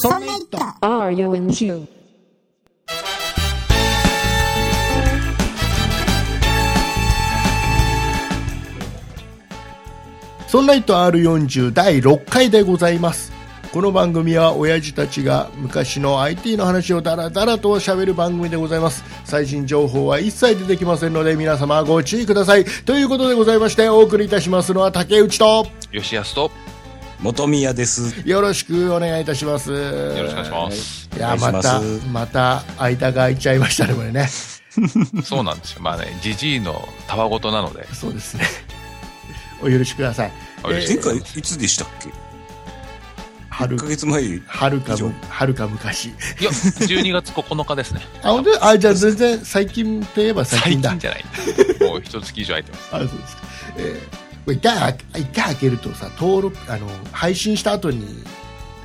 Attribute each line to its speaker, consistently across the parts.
Speaker 1: そんな人
Speaker 2: Are you in June?
Speaker 3: ソンライト R40 第6回でございます。この番組は親父たちが昔の IT の話をダラダラと喋る番組でございます。最新情報は一切出てきませんので皆様ご注意ください。ということでございましてお送りいたしますのは竹内と
Speaker 4: 吉安と、
Speaker 5: 元宮です。
Speaker 3: よろしくお願いいたします。よ
Speaker 4: よろしくお願いします。
Speaker 3: いや、
Speaker 5: お願いし
Speaker 3: ま
Speaker 5: ま
Speaker 3: た
Speaker 5: す、
Speaker 3: また間が空いちゃいましたね、これね。
Speaker 4: そうなんですよ。まあね、じじいのたわごとなので、
Speaker 3: そうですね。お許しください。
Speaker 4: お許し
Speaker 5: 前回いつでしたっけ
Speaker 3: 春
Speaker 5: ?1 ヶ月前。い
Speaker 3: はるか
Speaker 5: 以上
Speaker 3: む、はるか昔。
Speaker 4: いや、12月9日ですね。
Speaker 3: あ、本当にあ、じゃあ全然最近といえば最近だ。
Speaker 4: じゃない。もう一月以上空いてます。
Speaker 3: あ、そうですか。えーこれ一回あ、一回開けるとさ、登録、あの、配信した後に、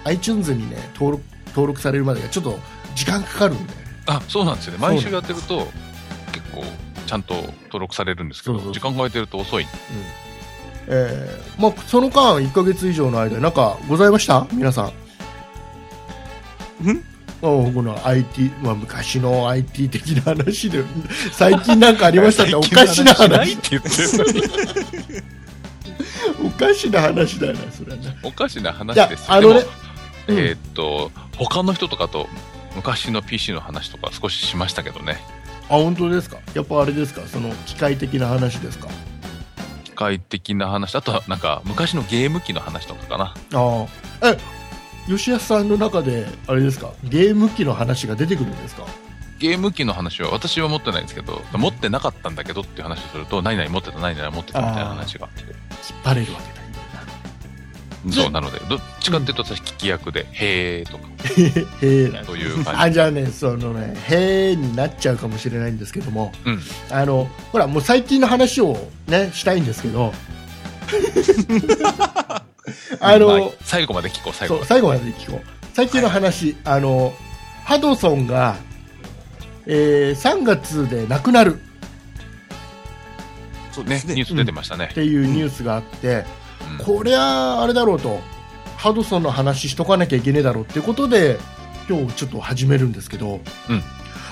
Speaker 3: iTunes にね、登録、登録されるまでがちょっと時間かかるんだよね。
Speaker 4: あ、そうなんですよね。
Speaker 3: そうなん
Speaker 4: 毎
Speaker 3: です
Speaker 4: 週やってると、結構、ちゃんと登録されるんですけど、
Speaker 3: そうそう
Speaker 4: 時間変えてると遅い。
Speaker 3: えーまあ、その間、1ヶ月以上の間、なんかございました皆さん。
Speaker 5: ん
Speaker 3: おこの IT、まあ、昔の IT 的な話で、最近なんかありま したって、おかしな
Speaker 4: ないっ
Speaker 3: 話、
Speaker 4: て言ってるのに。
Speaker 3: おかしな話だよな、それはね。
Speaker 4: おかしな話です
Speaker 3: いやあのね
Speaker 4: でも
Speaker 3: うん
Speaker 4: えーっと、他の人とかと、昔の PC の話とか少ししましたけどね。
Speaker 3: あ、本当ですかやっぱあれですかその、機械的な話ですか
Speaker 4: 機械的な話。あとは、なんか、昔のゲーム機の話とかかな。
Speaker 3: ああえ吉安さんの中であれですかゲーム機の話が出てくるんですか
Speaker 4: ゲーム機の話は私は持ってないんですけど、持ってなかったんだけどっていう話をすると、何々持ってた、何々持ってたみたいな話があって。
Speaker 3: 引っ張れるわけないんだ
Speaker 4: そうなので、どっちかっていうと私、聞き役で、へーとか、
Speaker 3: よな へえなん
Speaker 4: そういう感
Speaker 3: あ
Speaker 4: じ。
Speaker 3: じゃあねそのねへえになっちゃうかもしれないんですけども
Speaker 4: うん。
Speaker 3: あのほらもう最近の話をねしたいんですけ どあの、
Speaker 4: ま最後まで聞こう、最後
Speaker 3: そ
Speaker 4: ま
Speaker 3: う
Speaker 4: で。
Speaker 3: 最後まで聞こう最近の話、あのハドソンが、えー3月で亡くなる
Speaker 5: そうで
Speaker 4: ね
Speaker 5: す、
Speaker 4: ニュース出てましたね
Speaker 3: っ。ていうニュースがあって、
Speaker 4: うん
Speaker 3: こりゃあれだろうとハドソンの話しとかなきゃいけねえだろうってことで今日ちょっと始めるんですけど、
Speaker 4: うん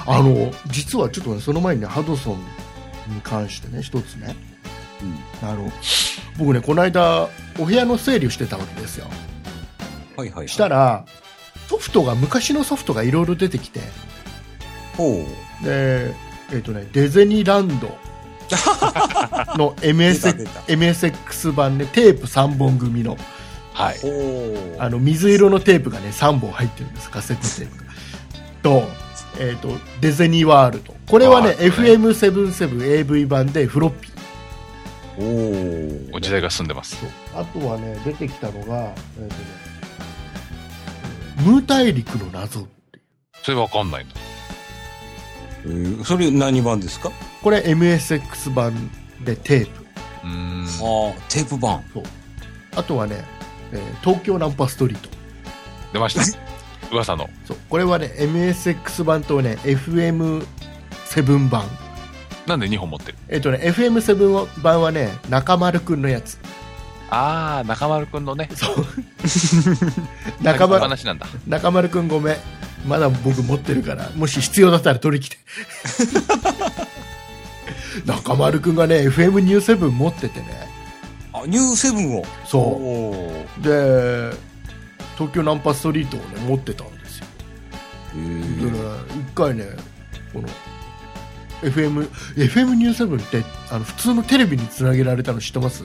Speaker 3: あの実はちょっとねその前にねハドソンに関してね一つねあの僕ねこの間お部屋の整理をしてたわけですよ
Speaker 5: はいはいはい。
Speaker 3: したらソフトが昔のソフトがいろいろ出てきて
Speaker 5: ほう。
Speaker 3: でえっ、とねディズニーランドの
Speaker 5: 出
Speaker 3: MSX,
Speaker 5: た
Speaker 3: MSX 版で、テープ3本組の
Speaker 4: はい。
Speaker 5: ほう。
Speaker 3: あの水色のテープがね3本入ってるんですカセットテープが。と,、えー、とディズニーワールドこれはね
Speaker 4: あー
Speaker 3: FM77AV 版でフロッピー
Speaker 5: ほう。
Speaker 4: 時代が進んでます。
Speaker 3: あとはね出てきたのが、えーとねムー大陸の謎
Speaker 4: それわかんないんだ。
Speaker 5: えーそれ何番ですか
Speaker 3: これ MSX 版でテープ
Speaker 4: うーん。
Speaker 5: ああ、テープ版。
Speaker 3: あとはね、えー東京ナンパストリート
Speaker 4: 出ました。噂の。
Speaker 3: そうこれはね MSX 版とね FM7 版
Speaker 4: なんで2本持ってる
Speaker 3: えっ、とね FM7 版はね中丸くんのやつ
Speaker 4: あー、中丸くんのね、
Speaker 3: 中
Speaker 4: の
Speaker 3: 丸
Speaker 4: 話なんだ。
Speaker 3: 中丸くんごめんまだ僕持ってるからもし必要だったら取り来 て中丸くんがね FM ニューセブン持っててね
Speaker 5: あ、ニューセブンを。
Speaker 3: そ
Speaker 5: ほう。え
Speaker 3: うで東京ナンパストリートをね持ってたんですよでね
Speaker 5: ー
Speaker 3: 一回ねこの FM, FM ニューセブンってあの普通のテレビにつなげられたの知ってます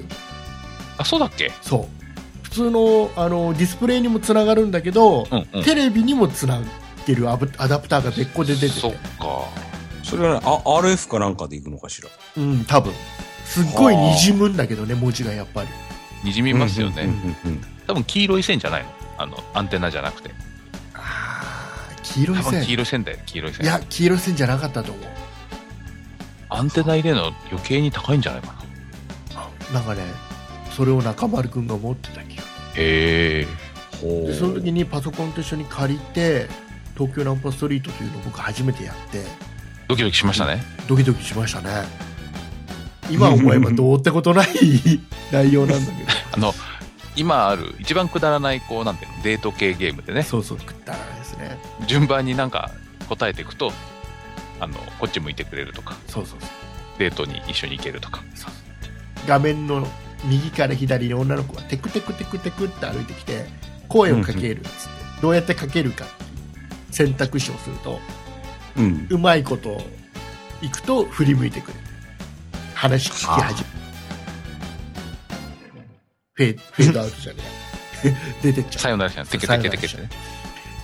Speaker 4: あ、そうだっけ
Speaker 3: そう普通のあのディスプレイにもつながるんだけど、
Speaker 4: うんうん。
Speaker 3: テレビにもつなげるアブアダプターが別個で出てて
Speaker 4: そっか。
Speaker 5: それはね、あ、RF かなんかで行くのかしら。
Speaker 3: うん、多分。すっごい滲むんだけどね、文字がやっぱり。
Speaker 4: にじみますよ
Speaker 5: うん
Speaker 4: ね。
Speaker 5: うんうん。
Speaker 4: 多分黄色い線じゃないのあの、アンテナじゃなくて。
Speaker 3: あー黄色
Speaker 4: 多
Speaker 3: い
Speaker 4: 分
Speaker 3: 線。
Speaker 4: 黄
Speaker 3: い
Speaker 4: 色い線だよ、黄色い線。
Speaker 3: や、黄色い線じゃなかったと思う。
Speaker 4: アンテナ入れるの余計に高いんじゃないかな。
Speaker 3: なんかね、それを中丸くんが持ってた気が。
Speaker 4: へえ。
Speaker 5: ほ
Speaker 3: で、
Speaker 5: う。
Speaker 3: その時にパソコンと一緒に借りて、東京ナンパストリートというのを僕初めてやって、
Speaker 4: ドキドキしましたね。
Speaker 3: ドキドキしましたね今思えばどうってこと ない内容なんだけど
Speaker 4: あの、今ある一番くだらない、こう、なんていうの、デート系ゲームでね、
Speaker 3: そうそうくだらないですね
Speaker 4: 順番になんか答えていくと、あの、こっち向いてくれるとか、
Speaker 3: そうそうそう
Speaker 4: デートに一緒に行けるとか。
Speaker 3: 画面の右から左に女の子がテクテクテクテクって歩いてきて声をかけるっつって、どうやってかけるかっていう選択肢をすると
Speaker 5: うん。
Speaker 3: うまいこといくと振り向いてくれる話聞き始めるフェーフェードアウトじゃねえ 出てっち
Speaker 4: さ
Speaker 3: ゃう
Speaker 4: よならしない。テケテケテケってね。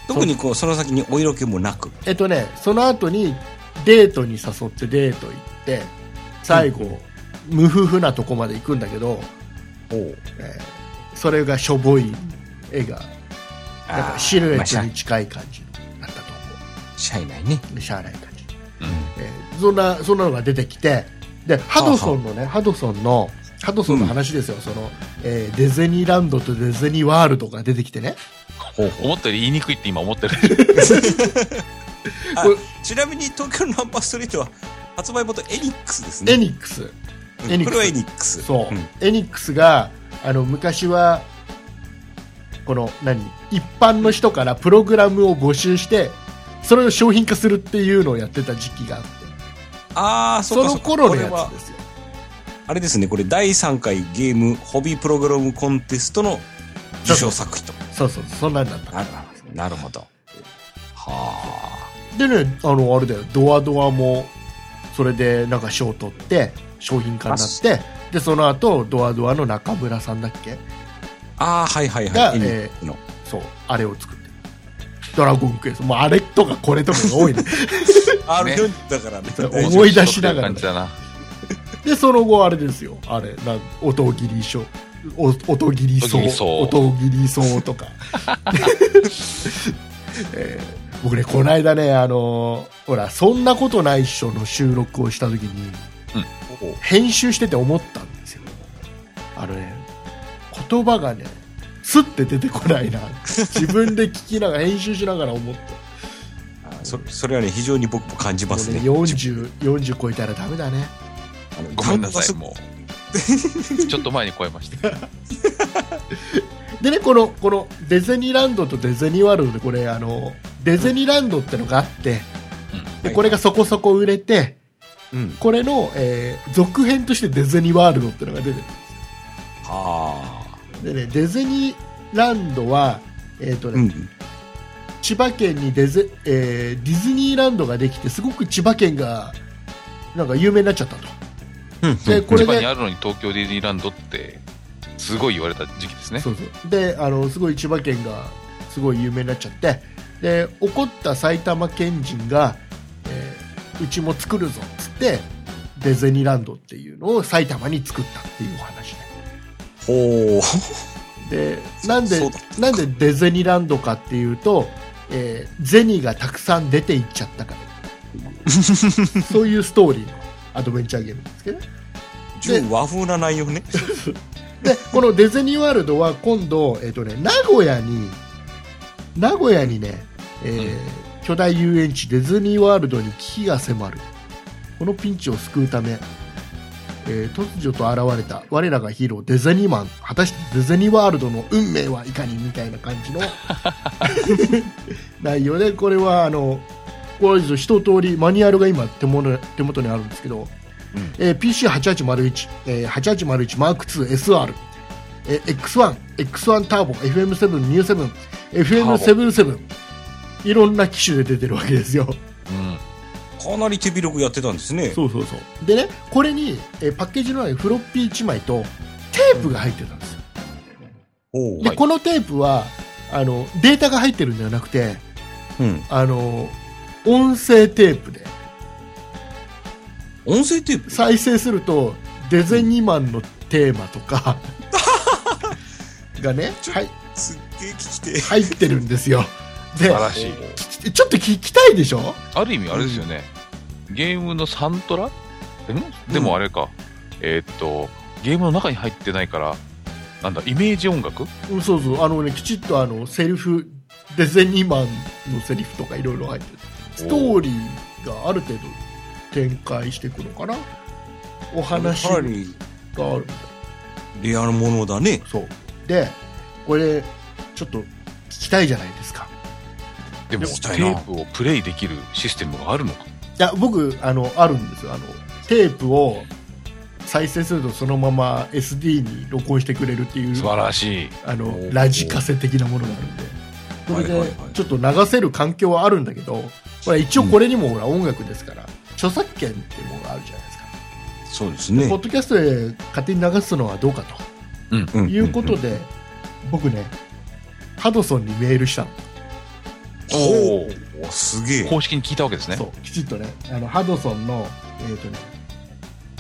Speaker 5: 特にこう、その先にお色気もなく。
Speaker 3: えっとねその後にデートに誘ってデート行って最後、無夫婦なとこまで行くんだけど、えーそれがしょぼい絵がなんかシルエ
Speaker 5: まあし
Speaker 3: ッ
Speaker 5: ゃ
Speaker 3: トに近い感じだったと思
Speaker 5: しゃいないね。
Speaker 3: う。しゃあない感じ。
Speaker 4: うん。
Speaker 3: えーそんな、そんなのが出てきて、で、ハドソンのね、ハドソンの、ハドソンの話ですよ、その、えーディズニーランドとディズニーワールドが出てきてね。
Speaker 5: ほうほう
Speaker 4: 思ったより言いにくいって今思ってる。
Speaker 5: あ
Speaker 3: これ
Speaker 5: ちなみに東京のナンバーストリートは発売元エニックスですね。
Speaker 3: エニックス。エニックス
Speaker 5: これはエニックス。
Speaker 3: そう。
Speaker 5: ん
Speaker 3: エニックスが、あの、昔は、この、何一般の人からプログラムを募集して、それを商品化するっていうのをやってた時期があって、
Speaker 5: ああ、
Speaker 3: そ
Speaker 5: そうか
Speaker 3: の
Speaker 5: う
Speaker 3: 頃の
Speaker 5: かこれ
Speaker 3: や
Speaker 5: は
Speaker 3: つですよ。
Speaker 5: あれですね、これ第3回ゲームホビープログラムコンテストの受賞作品と。
Speaker 3: そうそう、そんなんだった。
Speaker 5: なるほど。なるほど。は
Speaker 3: でね、あの、あれだよ、ドアドアも、それでなんか賞を取って、商品化になって、で、その後、ドアドアの中村さんだっけ
Speaker 5: あ。ああ、はいはい
Speaker 3: が
Speaker 5: はい。エニックスの。
Speaker 3: そう、あれを作ってる。ドラゴンクエスト。もうあれとかこれとかが多 いね。
Speaker 5: R4 だ からね。
Speaker 3: ね思い出しながら
Speaker 4: 面白い感
Speaker 3: で、その後、あれですよ。あれ、なん音切り賞。お音切り
Speaker 4: 音切
Speaker 3: 層。
Speaker 4: り層
Speaker 3: 音切り層と か。えー僕ね、この間ね、あのーほら、そんなことないっしょの収録をした時に、編集してて思ったんですよ。あのね、言葉がね、スッて出てこないな。自分で聞きながら、編集しながら思った。
Speaker 5: あそそれはね、非常に僕も感じますね。
Speaker 3: もう40、40超えたらダメだね。
Speaker 5: あの
Speaker 4: ごめんなさい、
Speaker 5: う。
Speaker 4: もう。ちょっと前に超えま した。
Speaker 3: でね、この、このディズニーランドとディズニーワールドで、これ、あの、ディズニーランドってのがあって、
Speaker 4: うん
Speaker 3: で、これがそこそこ売れて、
Speaker 5: うん。
Speaker 3: これの、えー続編としてディズニーワールドってのが出て
Speaker 5: はあ。
Speaker 3: る。でね、ディズニーランドは、えっ、とね、
Speaker 5: うん。
Speaker 3: 千葉県にデゼ、えーディズニーランドができて、すごく千葉県が、なんか有名になっちゃったと。で、これ
Speaker 4: 千葉
Speaker 3: で
Speaker 4: に、あるのに東京ディズニーランドって、すごい言われた時期ですね。
Speaker 3: そうそうであのすごい千葉県がすごい有名になっちゃってで怒った埼玉県人が、えーうちも作るぞっつってディズニーランドっていうのを埼玉に作ったっていうお話ね
Speaker 5: ほう。
Speaker 3: で
Speaker 5: そ
Speaker 3: なんで
Speaker 5: そうだ
Speaker 3: なんでディズニーランドかっていうと、えー銭がたくさん出ていっちゃったから そういうストーリーのアドベンチャーゲームなんですけどね
Speaker 5: 純和風な内容ね。
Speaker 3: でこのディズニーワールドは今度、えっとね、名古屋に名古屋にね、えー巨大遊園地ディズニーワールドに危機が迫るこのピンチを救うため、えー突如と現れた我らがヒーローディズニーマン果たしてディズニーワールドの運命はいかにみたいな感じの内容でこれはあのこれ以上一通りマニュアルが今手元手元にあるんですけど、えー PC8801、えー、8801 M2SR、えー X1、X1 ターボ、FM7、ニュー7、FM77、いろんな機種で出てるわけですよ。
Speaker 4: うん。
Speaker 5: かなり手広くやってたんですね。
Speaker 3: そうそうそう。でね、これに、えーパッケージの中にフロッピー1枚とテープが入ってたんですよ。
Speaker 5: ほう
Speaker 3: で、。このテープは、あの、データが入ってるんではなくて、
Speaker 5: うん。
Speaker 3: あの、音声テープで、
Speaker 5: 音声テープ
Speaker 3: 再生すると、デゼニマンのテーマと か、がね、
Speaker 5: ちょ
Speaker 3: はい、
Speaker 5: すっげえ聞きて。
Speaker 3: 入ってるんですよ。で
Speaker 4: 素晴、らしい。
Speaker 3: きちょっと聞きたいでしょ
Speaker 4: ある意味あれですよね、ゲームのサントラでもでもあれか、えーっとゲームの中に入ってないからなんだイメージ音楽
Speaker 3: うんそうそう、あのね、きちっとあの、セリフ、デゼニマンのセリフとかいろいろ入ってる。ストーリーがある程度展開していくのかなお
Speaker 5: か
Speaker 3: 話があ
Speaker 5: な
Speaker 3: るみ
Speaker 5: り
Speaker 3: たい
Speaker 5: レアなものだね。
Speaker 3: そうでこれちょっと聞きたいじゃないですか
Speaker 4: でも
Speaker 5: よし
Speaker 4: テープをプレイできるシステムがあるのか
Speaker 3: いや僕あのあるんですよあのテープを再生するとそのまま SD に録音してくれるっていう
Speaker 4: 素晴らしい
Speaker 3: あの
Speaker 5: おー
Speaker 3: ラジカセ的なものがあるんでそれ
Speaker 5: はい
Speaker 3: で
Speaker 5: はいはい
Speaker 3: ちょっと流せる環境はあるんだけどほら一応これにもほら音楽ですから著作権っていうものがあるじゃないですか、
Speaker 5: そうですね
Speaker 3: ポッ。ドキャストで勝手に流すのはどうか
Speaker 5: うん
Speaker 3: ということ。で、僕ねハドソンにメールしたの、
Speaker 5: おお、すげえ。
Speaker 4: 公式に聞いたわけですね
Speaker 3: そうきちっとねあのハドソンのえっ、とね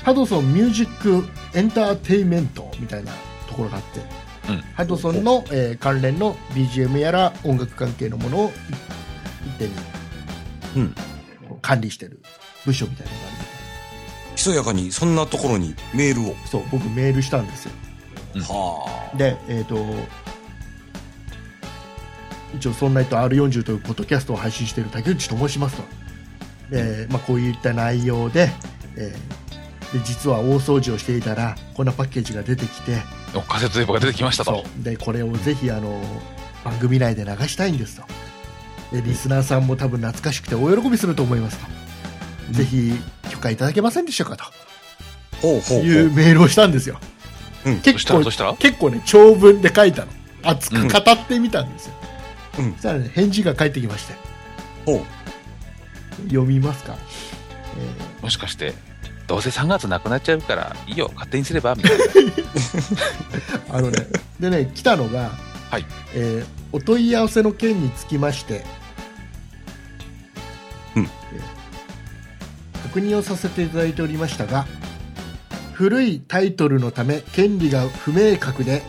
Speaker 3: ハドソンミュージックエンターテイメントみたいなところがあって、
Speaker 4: うん
Speaker 3: ハドソンの、えー関連の BGM やら音楽関係のものを一手に
Speaker 5: うん
Speaker 3: 管理してる部署みたいなのがあるんで
Speaker 5: ひそやかにそんなところにメールを。
Speaker 3: そう僕メールしたんですよ
Speaker 4: うん
Speaker 5: はあ。
Speaker 3: でえっ、と一応「そんな人 R40」というポッドキャストを配信している竹内と申しますと、でまあ、こういった内容で,、えーで実は大掃除をしていたらこんなパッケージが出てきて
Speaker 4: おカセットテープが出てきましたと
Speaker 3: そうでこれをぜひあの番組内で流したいんですとでリスナーさんも多分懐かしくてお喜びすると思いますと、ぜひ許可いただけませんでしょうかと
Speaker 5: ほうほうほ
Speaker 3: いう
Speaker 5: う。
Speaker 3: メールをしたんですよ、
Speaker 5: うん
Speaker 4: そし
Speaker 3: 結
Speaker 4: たら
Speaker 3: 構
Speaker 4: そしたら
Speaker 3: 結構ね長文で書いたの熱く語ってみたんですよ、
Speaker 5: うん
Speaker 3: そしたらね返事が返ってきまして
Speaker 5: ほう。
Speaker 3: 読みますか、
Speaker 4: もしかしてどうせ3月なくなっちゃうからいいよ勝手にすればみたいな
Speaker 3: えーあの ねでね来たのが、
Speaker 4: はい
Speaker 3: えーお問い合わせの件につきまして、
Speaker 5: うん
Speaker 3: えー確認をさせていただいておりましたが古いタイトルのため権利が不明確で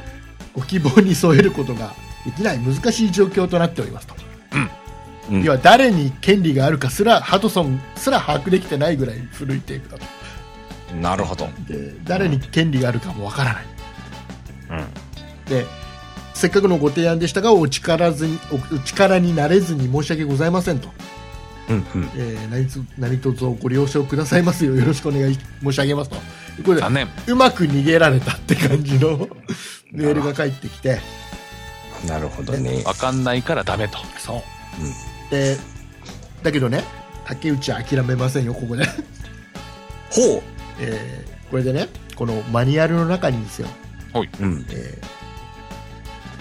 Speaker 3: ご希望に添えることができない難しい状況となっておりますと
Speaker 5: うん
Speaker 3: 要は誰に権利があるかすらハドソンすら把握できてないぐらい古いテープだと
Speaker 5: なるほど。
Speaker 3: で誰に権利があるかもわからない、
Speaker 5: う
Speaker 3: でせっかくのご提案でしたがお力ずにおお力になれずに申し訳ございませんと、
Speaker 5: ん。うんうん。
Speaker 3: えー何つ何卒ご了承くださいますようよろしくお願い申し上げますとこれで
Speaker 4: 残念
Speaker 3: うまく逃げられたって感じのメールが返ってきて
Speaker 5: なるほどね。
Speaker 4: わかんないからダメと
Speaker 3: そうでだけどね竹内は諦めませんよここで
Speaker 5: ほ
Speaker 3: えーこれでねこのマニュアルの中にですよ、
Speaker 5: う。うん。
Speaker 3: えー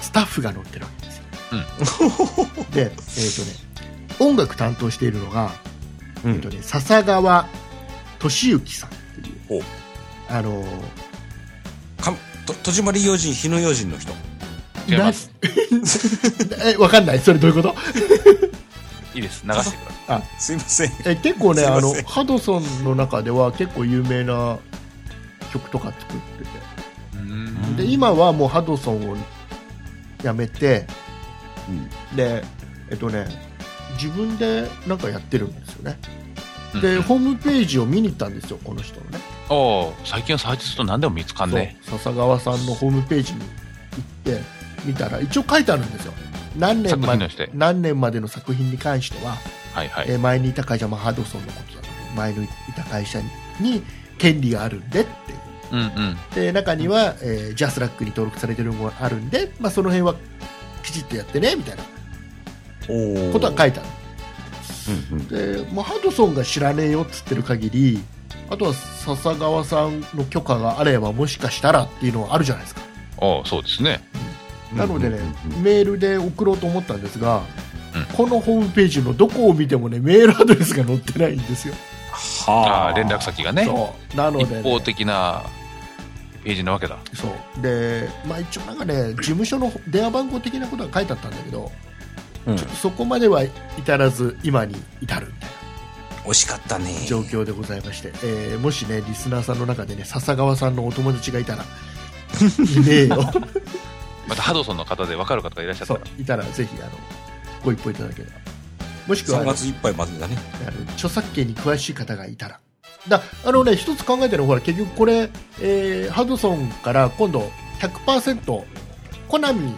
Speaker 3: スタッフが載ってるわけですよ、 で、えーとね、音楽担当しているのが、
Speaker 5: う
Speaker 3: えーと
Speaker 5: ん。
Speaker 3: ね、笹川俊之さんっていう
Speaker 5: ほう。
Speaker 3: あのー
Speaker 5: かと、戸締まり用心、日の用心の人。
Speaker 4: 違います
Speaker 3: なえわかんないそれどういうこと
Speaker 4: いいです流してくださ
Speaker 5: すいません。
Speaker 3: え結構ね
Speaker 5: すい
Speaker 3: あ
Speaker 5: ま
Speaker 3: の
Speaker 5: せん
Speaker 3: ハドソンの中では結構有名な曲とか作ってて
Speaker 4: いう
Speaker 5: うん
Speaker 3: で今はもうハドソンをやめて、でえっとね自分でなんかやってるんですよね、
Speaker 4: うん
Speaker 3: で
Speaker 4: うん
Speaker 3: ホームページを見に行ったんですよこの人のね
Speaker 4: おー最近はサーチすると何でも見つかんね
Speaker 3: そう笹川さんのホームページに行って見たら一応書いてあるんですよ何年
Speaker 4: 作
Speaker 3: ま
Speaker 4: 品
Speaker 3: で
Speaker 4: として
Speaker 3: 何年までの作品に関しては、
Speaker 4: はいはい
Speaker 3: えー前にいた会社、まあ、ハドソンのことだと前にいた会社に権利があるんでっていう
Speaker 4: うんうん
Speaker 3: で中には、えージャスラックに登録されてるのがあるんで、まあ、その辺はきちっとやってねみたいな
Speaker 5: おお。
Speaker 3: ことは書いてあ
Speaker 5: うんうん。
Speaker 3: るで、まあ、ハドソンが知らねえよっつってる限りあとは笹川さんの許可があればもしかしたらっていうのはあるじゃないですか
Speaker 4: おーそうですね
Speaker 3: なのでね、
Speaker 5: うん
Speaker 3: メールで送ろうと思ったんですが、
Speaker 4: う
Speaker 3: このホームページのどこを見てもねメールアドレスが載ってないんですよ、
Speaker 5: は
Speaker 4: ああ連絡。先がね
Speaker 3: そうなのでね、
Speaker 4: 一方的なページなわけだ
Speaker 3: そうで、まあ、一応なんかね事務所の電話番号的なことが書いてあったんだけど、
Speaker 5: うん
Speaker 3: ちょっとそこまでは至らず今に至るみたい
Speaker 5: 惜しかったね。
Speaker 3: な状況でございまして、えーもしねリスナーさんの中でね笹川さんのお友達がいた らいねえよ
Speaker 4: またハドソンの方で分かる方がいらっしゃった
Speaker 3: そ
Speaker 4: ら
Speaker 3: ういたらぜひあのご一報いただければもしくはあ
Speaker 5: 3
Speaker 3: の
Speaker 5: 月いっぱいまでだね。
Speaker 3: あの著作権に詳しい方がいたらだあのね一つ考えてるのはほら結局これ、えーハドソンから今度100%コナミ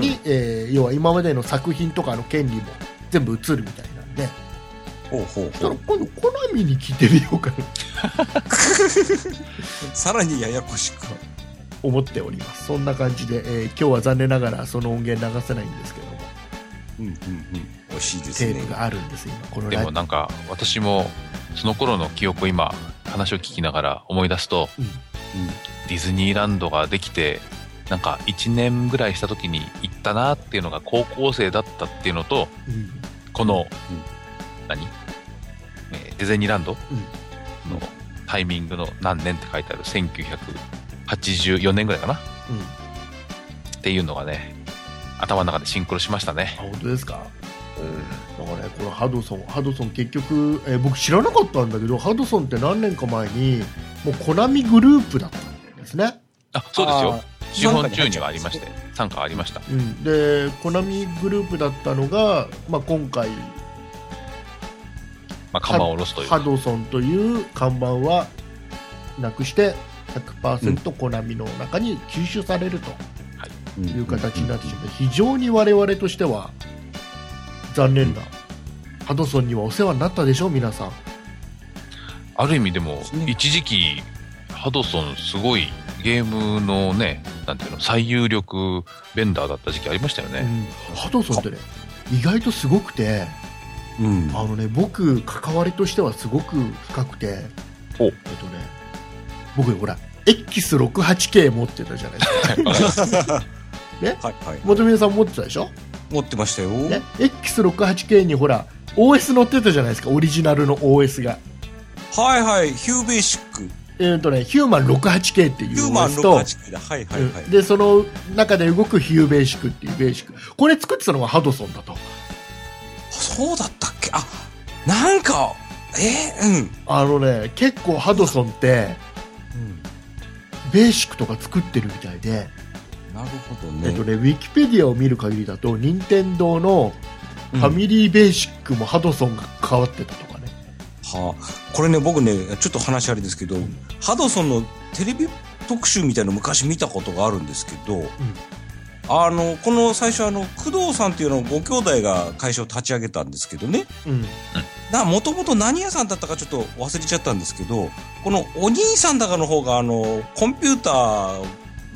Speaker 3: に、えー要は今までの作品とかの権利も全部移るみたいなんで
Speaker 5: ほうほう
Speaker 3: そした
Speaker 5: ほ
Speaker 3: ら
Speaker 5: う。
Speaker 3: 今度コナミに聞いてみようかなと
Speaker 5: さらにややこしく。
Speaker 3: 思っておりますそんな感じで、えー今日は残念ながらその音源流せないんですけども
Speaker 5: うんうんうん。美味しいです
Speaker 3: テ
Speaker 5: ね
Speaker 3: ープ。があるんです今この
Speaker 4: で
Speaker 3: ラジ
Speaker 4: もなんか私もその頃の記憶を今話を聞きながら思い出すと、
Speaker 3: うん
Speaker 4: ディズニーランドができてなんか1年ぐらいした時に行ったなっていうのが高校生だったっていうのと
Speaker 3: うん
Speaker 4: この、何、えーディズニーランドのタイミングの何年って書いてある1984年ぐらいかな
Speaker 3: うん、あ
Speaker 4: っていうのがね頭の中でシンクロしましたね
Speaker 3: 本当ですかだからねこのハドソンハドソン結局、えー僕知らなかったんだけどハドソンって何年か前にもうコナミグループだったんですね、
Speaker 4: あそうですよ資
Speaker 5: あー
Speaker 4: 本中にはありまして参加ありました
Speaker 3: うん、でコナミグループだったのが、まあ、今回
Speaker 4: まあ釜を下ろすという
Speaker 3: ハドソンという看板はなくして100%コナミの中に吸収されると
Speaker 5: うん
Speaker 3: いう形になってしまって非常に我々としては残念なハドソンにはお世話になったでしょ皆さん
Speaker 4: ある意味でも
Speaker 5: そう
Speaker 4: 一時期ハドソンすごいゲームのねなんていうの最有力ベンダーだった時期ありましたよ
Speaker 3: う
Speaker 4: ね、
Speaker 3: んハドソンってね意外とすごくて
Speaker 5: うん。
Speaker 3: あのね僕関わりとしてはすごく深くて
Speaker 4: お
Speaker 3: えっとね僕ほら X68K 持ってたじゃないです かね
Speaker 5: はいはい。
Speaker 3: 元宮さん持ってたでしょ
Speaker 5: 持ってましたよ。
Speaker 3: ね、X68K にほら OS 載ってたじゃないですかオリジナルの OS が
Speaker 5: はいはい。ヒューベーシック。
Speaker 3: えーとねヒューマン 68K ってい
Speaker 5: ヒュ
Speaker 3: う
Speaker 5: ーマン
Speaker 3: OS と
Speaker 5: 68だ。はいはいはい
Speaker 3: うん。でその中で動くヒューベーシックっていうベーシックこれ作ってたのがハドソンだと
Speaker 5: そうだったっけあ、なんか、えーうん。
Speaker 3: あのね結構ハドソンってベーシックとか作ってるみたいで、
Speaker 5: なるほど
Speaker 3: えっと
Speaker 5: ね。
Speaker 3: ねウィキペディアを見る限りだと任天堂のファミリーベーシックもハドソンが変わってたとかね、
Speaker 5: はあ、これね、僕ね、ちょっと話あれですけど、ハドソンのテレビ特集みたいの昔見たことがあるんですけど、あの、この最初あの、工藤さんっていうのをご兄弟が会社を立ち上げたんですけどね、
Speaker 3: うん、
Speaker 5: な、もともと何屋さんだったかちょっと忘れちゃったんですけど、このお兄さんだかの方があの、コンピューター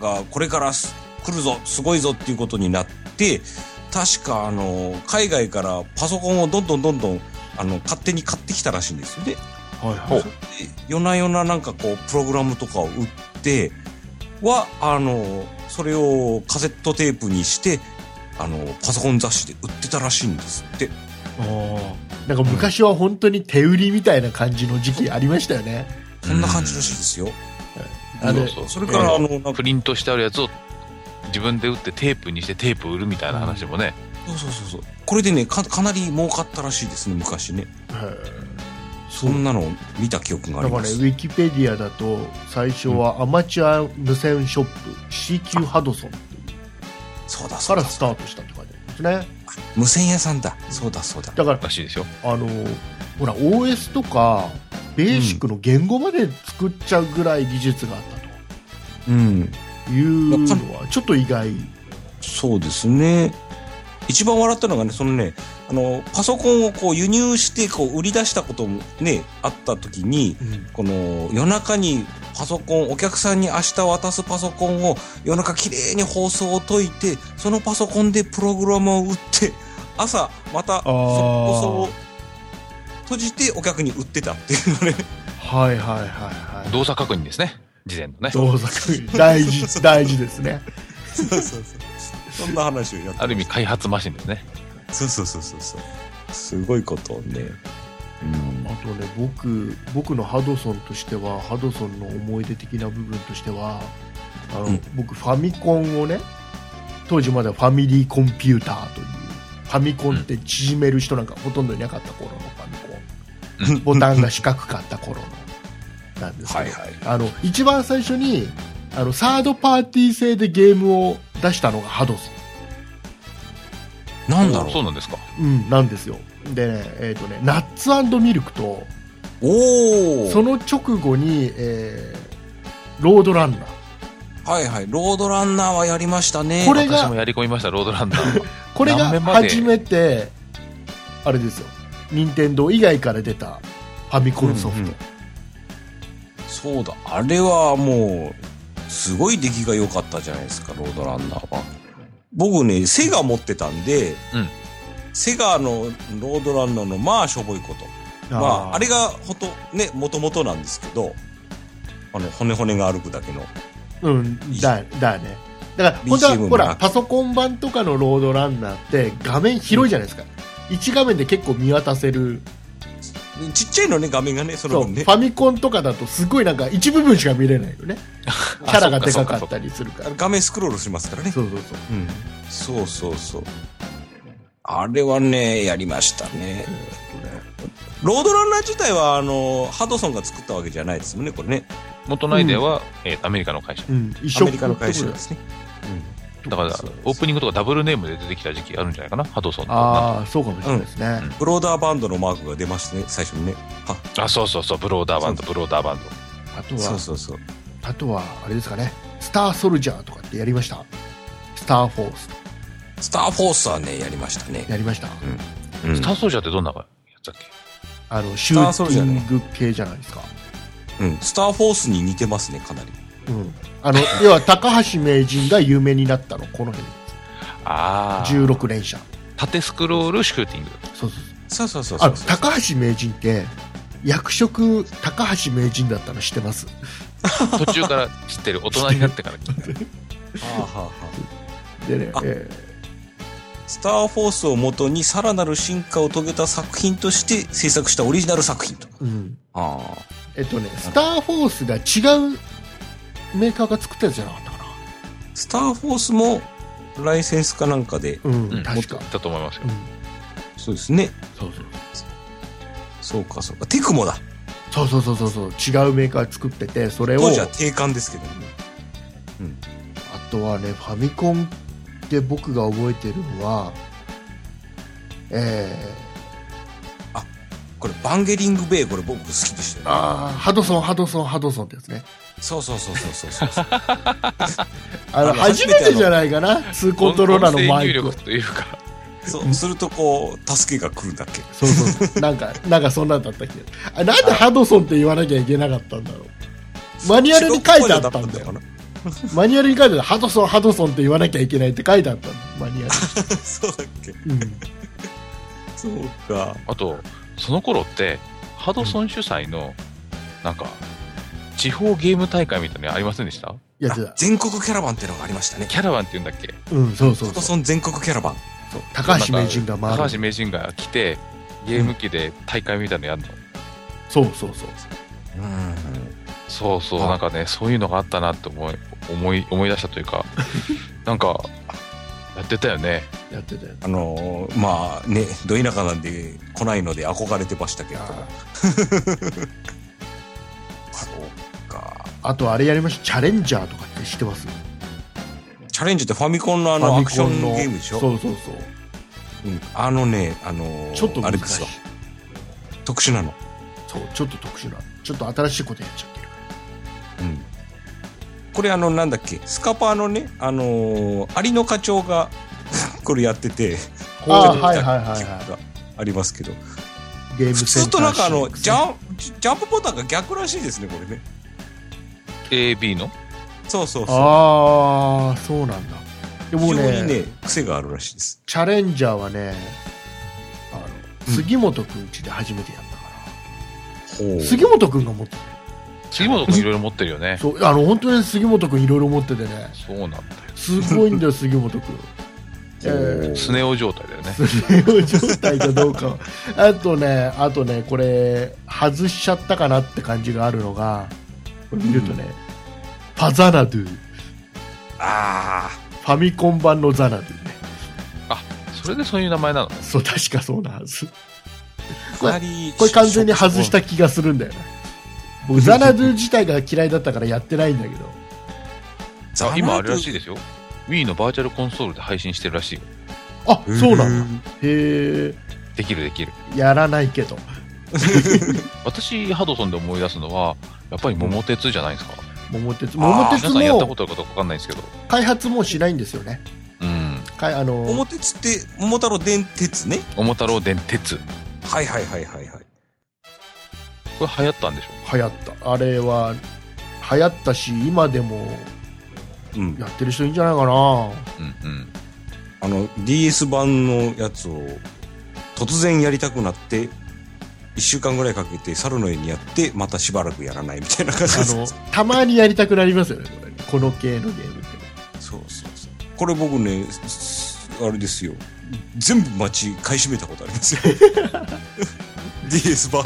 Speaker 5: がこれからす来るぞ、すごいぞっていうことになって、確かあの、海外からパソコンをどんどんどんどん、あの、勝手に買ってきたらしいんですよね。
Speaker 3: はいはい
Speaker 5: で夜な夜ななんかこうプログラムとかを打ってはあのそれをカセットテープにしてあのパソコン雑誌で売ってたらしいんですって
Speaker 3: あーなんか昔は本当に手売りみたいな感じの時期ありましたよね。
Speaker 5: そんな感じらしいですよ、
Speaker 3: あの
Speaker 4: そうそう
Speaker 5: それからあのなんか
Speaker 4: プリントしてあるやつを自分で打ってテープにしてテープ売るみたいな話もね、
Speaker 5: そうそうそうそうこれでねかかなり儲かったらしいですね昔ねそんなのを見た記憶があ
Speaker 3: だ
Speaker 5: り
Speaker 3: から
Speaker 5: ま
Speaker 3: ね、
Speaker 5: す
Speaker 3: ウィキペディアだと最初はアマチュア無線ショップ CQ ハドソン
Speaker 5: そうだ
Speaker 3: か
Speaker 5: そうだ
Speaker 3: らスタートしたって書いてあるんですね。
Speaker 5: 無線屋さんだそうだそうだ
Speaker 3: だから、
Speaker 4: らしいですよ
Speaker 3: あのーほら、OS とか、ベーシックの言語まで作っちゃうぐらい技術があった
Speaker 5: うん
Speaker 3: というのは、ちょっと意外。
Speaker 5: そうですね。一番笑ったのがね、そのね、あの、パソコンをこう輸入して、こう売り出したこともね、あった時に、この夜中にパソコン、お客さんに明日渡すパソコンを夜中綺麗に放送を解いて、そのパソコンでプログラムを打って、朝またその放送を閉じてお客に売ってたっていうのね。
Speaker 3: はいはいはいはい。
Speaker 4: 動作確認ですね事前のね
Speaker 3: 動作、大事、大事ですね。
Speaker 5: そうそうそう。そんな話をやって
Speaker 4: ある意味開発マシンですね
Speaker 5: そうそうそうそうそう。すごいことをね。うん
Speaker 3: あとね僕僕のハドソンとしてはハドソンの思い出的な部分としてはあの、
Speaker 5: うん
Speaker 3: 僕ファミコンをね当時まだファミリーコンピューターというファミコンって縮める人なんかほとんどいなかった頃のファミコン、
Speaker 5: うん
Speaker 3: ボタンが四角かった頃のなんですけど、
Speaker 5: はいはい
Speaker 3: あの一番最初にあのサードパーティー製でゲームを出したのがハドソン
Speaker 5: なんだろう
Speaker 4: そうなんですか
Speaker 3: うん、なんですよでねえっ、とねナッツミルクと
Speaker 5: おお
Speaker 3: その直後に、えーロードランナー
Speaker 5: はいはい。ロードランナーはやりましたね。
Speaker 3: これが
Speaker 4: 私もやり込みましたロードランナーは
Speaker 3: これが
Speaker 4: 何面まで
Speaker 3: 初めてあれですよ任天堂以外から出たファミコンソフト、
Speaker 5: うんうんそうだ、あれはもう、すごい出来が良かったじゃないですか、ロードランナーは。僕ね、セガ持ってたんで、
Speaker 4: うん
Speaker 5: セガのロードランナーのまあしょぼいこと。まあ、あれがほと、ね、もともとなんですけど、あの、骨骨が歩くだけの。
Speaker 3: うん、だだね。だから、本当は
Speaker 5: BGM も
Speaker 3: ほら、
Speaker 5: な
Speaker 3: パソコン版とかのロードランナーって画面広いじゃないですか。1画面で結構見渡せる。
Speaker 5: ちっちゃいのね、画面がね、そ
Speaker 3: そう、
Speaker 5: の
Speaker 3: フ
Speaker 5: ね。
Speaker 3: ァミコンとかだとすごいなんか一部分しか見れないよね。キャラがでかかったりするから。
Speaker 5: 画面スクロールしますからね。
Speaker 3: そうそうそう。
Speaker 5: うん。そうそうそう。あれはね、やりましたね。ロードランナー自体は、あの、ハドソンが作ったわけじゃないですもんね、これね。
Speaker 4: 元のアイデアは、えーアメリカの会社。
Speaker 3: うん、一
Speaker 5: ア
Speaker 3: 緒
Speaker 5: メリカの会社ですね。
Speaker 4: だから
Speaker 5: そうです、
Speaker 4: オープニングとかダブルネームで出てきた時期あるんじゃないかな、ハドソンとか
Speaker 3: ああ、そうかもしれないですね。
Speaker 5: ブローダーバンドのマークが出ましたね、最初にね。あ、
Speaker 4: な。あ、そうそうそう、ブローダーバンド、ブローダーバンド。
Speaker 3: あと
Speaker 5: そう
Speaker 3: は、
Speaker 5: そうそう。
Speaker 3: あとは、あれですかね。スターソルジャーとかってやりましたスターフォース。
Speaker 5: スターフォースはね、やりましたね。
Speaker 3: やりました
Speaker 5: うん
Speaker 4: スターソルジャーってどんなやつだっけ
Speaker 3: あの、シ
Speaker 5: ス
Speaker 3: ュ
Speaker 5: タ
Speaker 3: ー
Speaker 5: ーソル
Speaker 3: テ
Speaker 5: ジャ
Speaker 3: ィ
Speaker 5: ーね
Speaker 3: ング系じゃないですか。
Speaker 5: うんスターフォースに似てますね、かなり。
Speaker 3: うん。あ の、要は高橋名人が有名になったの、この辺。
Speaker 4: ああ。
Speaker 3: 16連射
Speaker 4: 縦スクロールシューティング。
Speaker 3: そうそうそう
Speaker 5: そうそうそうそ
Speaker 3: あの
Speaker 5: うそう。
Speaker 3: 高橋名人って役職高橋名人だったの知ってます
Speaker 4: 途中から知ってる、大人になってから聞いた。
Speaker 5: はあはあは
Speaker 3: でね
Speaker 5: あ
Speaker 3: え
Speaker 5: あスターフォースをもとにさらなる進化を遂げた作品として制作したオリジナル作品と。
Speaker 3: ーうん
Speaker 5: ああ。
Speaker 3: えっとねスターフォースが違うメーカーが作ったやつじゃなかったか
Speaker 5: スターフォースもライセンスかなんかで、
Speaker 3: なうん、
Speaker 4: うん
Speaker 3: 確か、
Speaker 4: だと思いますよ
Speaker 3: うん。、
Speaker 5: そうですね。
Speaker 3: そうそう
Speaker 5: そうかそうか。テクモだ。
Speaker 3: そうそうそうそうそう違うメーカー作っててそれを
Speaker 5: 当時は定款ですけどね。
Speaker 3: あとはねファミコンで僕が覚えてるのはえー、
Speaker 5: これ、バンゲリングベイ、これ僕好きでしたよ、ね。
Speaker 3: あーハドソンハドソンハドソンってやつね
Speaker 5: そうそうそうそうそうそう。
Speaker 3: あの
Speaker 5: あの
Speaker 3: 初めてじゃないかな2コントローラーのマイク
Speaker 4: 音声入力というか、
Speaker 5: そうするとこう助けが来るんだっけ
Speaker 3: そうそう。なん か、なんかそんなんだったっけあ、なんでハドソンって言わなきゃいけなかったんだろう。マニュアルに書いてあったんだよ。
Speaker 5: な
Speaker 3: マニュアルに書いてあった。ハドソン、ハドソンって言わなきゃいけないって書いてあったんだよマニュア
Speaker 5: そうだっけ
Speaker 3: ルに。うん。
Speaker 5: そうか
Speaker 4: あと、その頃って、ハドソン主催の、なんか、地方ゲーム大会みたいなのありませんでした
Speaker 3: やつだ。
Speaker 5: 全国キャラバンっていうのがありましたね
Speaker 4: キャラバンって言うんだっけ
Speaker 3: うん、そうそ
Speaker 5: ハ
Speaker 3: う
Speaker 5: ド
Speaker 3: そう。
Speaker 5: ソン全国キャラバン
Speaker 3: 高橋名人が回
Speaker 4: 高
Speaker 3: る。
Speaker 4: 橋名人が来て、ゲーム機で大会みたいなのやるの。
Speaker 3: そうそうそう。
Speaker 5: うん
Speaker 4: そうそう、
Speaker 5: あ
Speaker 4: なんかね、そういうのがあったなって思い、思い、思い出したというか、なんか、やってたよね。
Speaker 3: やってたよ。
Speaker 5: あのーまあねど田舎なんで来ないので憧れてましたけど
Speaker 3: あ
Speaker 5: そうか
Speaker 3: あとあれやりました。チャレンジャーとかって知ってます
Speaker 5: チャレンジってファミコンのあ
Speaker 3: あ
Speaker 5: のアクションのゲームでしょ
Speaker 3: そうそうそう。
Speaker 5: うんあのねあのー
Speaker 3: ちょっと
Speaker 5: あれ
Speaker 3: 難
Speaker 5: で
Speaker 3: し
Speaker 5: す
Speaker 3: い
Speaker 5: よ。特殊なの
Speaker 3: そう、ちょっと特殊な。ちょっと新しいことやっちゃってる。
Speaker 5: うんこれあのなんだっけスカパーのねあのー、有野課長が これやってて
Speaker 3: あー
Speaker 5: こう
Speaker 3: はい
Speaker 5: やってた
Speaker 3: はいはいはい
Speaker 5: 記憶がありますけど
Speaker 3: ゲーム
Speaker 5: 普
Speaker 3: セ
Speaker 5: 通
Speaker 3: ンタ
Speaker 5: と
Speaker 3: ー
Speaker 5: なんかあ
Speaker 3: シ
Speaker 5: の
Speaker 3: ックス
Speaker 5: ジャンジャンプボタンが逆らしいですねこれね
Speaker 4: AB の
Speaker 5: そうそうそう
Speaker 3: ああ、そうなんだ。で
Speaker 5: 非
Speaker 3: も
Speaker 5: 常
Speaker 3: ね
Speaker 5: にね癖があるらしいです
Speaker 3: チャレンジャーはね、あの、
Speaker 5: うん
Speaker 3: 杉本くんちで初めてやったから、
Speaker 5: ほう
Speaker 3: 杉本くんが持ってた
Speaker 4: 杉本君いろいろ持ってるよね。
Speaker 3: そう、あの、本当に杉本くんいろいろ持っててね、
Speaker 4: そうなんだよ。
Speaker 3: すごいんだ よ、杉本くん。えー
Speaker 4: スネ夫状態だよね。
Speaker 3: 栄養状態かどうかはあとね、あとね、これ、外しちゃったかなって感じがあるのが、これ見るとね、パザナドゥ、フ
Speaker 5: あ
Speaker 3: ァミコン版のザナドゥね。
Speaker 4: それでそういう名前なの
Speaker 3: そう、確かそうなはず。
Speaker 5: あ
Speaker 3: これ
Speaker 5: かなり
Speaker 3: これ完全に外した気がするんだよね僕ザナドゥ自体が嫌いだったからやってないんだけど
Speaker 5: ザナドゥ
Speaker 4: 今あれらしいですよ Wii のバーチャルコンソールで配信してるらしいよ
Speaker 3: あそうなんだ
Speaker 5: んだ
Speaker 3: へえ
Speaker 4: できるできる
Speaker 3: やらないけど
Speaker 4: 私ハドソンで思い出すのはやっぱり桃鉄じゃないですか
Speaker 3: 桃鉄
Speaker 5: あー
Speaker 3: 桃
Speaker 4: 皆
Speaker 3: 鉄
Speaker 4: さんやったこ
Speaker 3: も
Speaker 4: とあるかどうか分かんないですけど
Speaker 3: 開発もうしないんですよね
Speaker 4: うん
Speaker 3: かいあの
Speaker 5: 桃鉄って桃太郎電鉄ね
Speaker 4: 桃太郎電鉄
Speaker 5: はいはいはいはいはい。
Speaker 4: これ流行ったんでしょ
Speaker 3: 流行ったあれは流行ったし今でも
Speaker 5: うん
Speaker 3: や。ってる人いいんじゃないかな
Speaker 4: うんうん。
Speaker 5: あの、DS 版のやつを突然やりたくなって、一週間ぐらいかけて猿の絵にやって、またしばらくやらないみたいな感じで
Speaker 3: あ
Speaker 5: す。
Speaker 3: のたまにやりたくなりますよねこれねこの系のゲームって
Speaker 5: そうそうそう。これ僕ね、すあれですよ。全部街買い占めたことありますよ。DS 版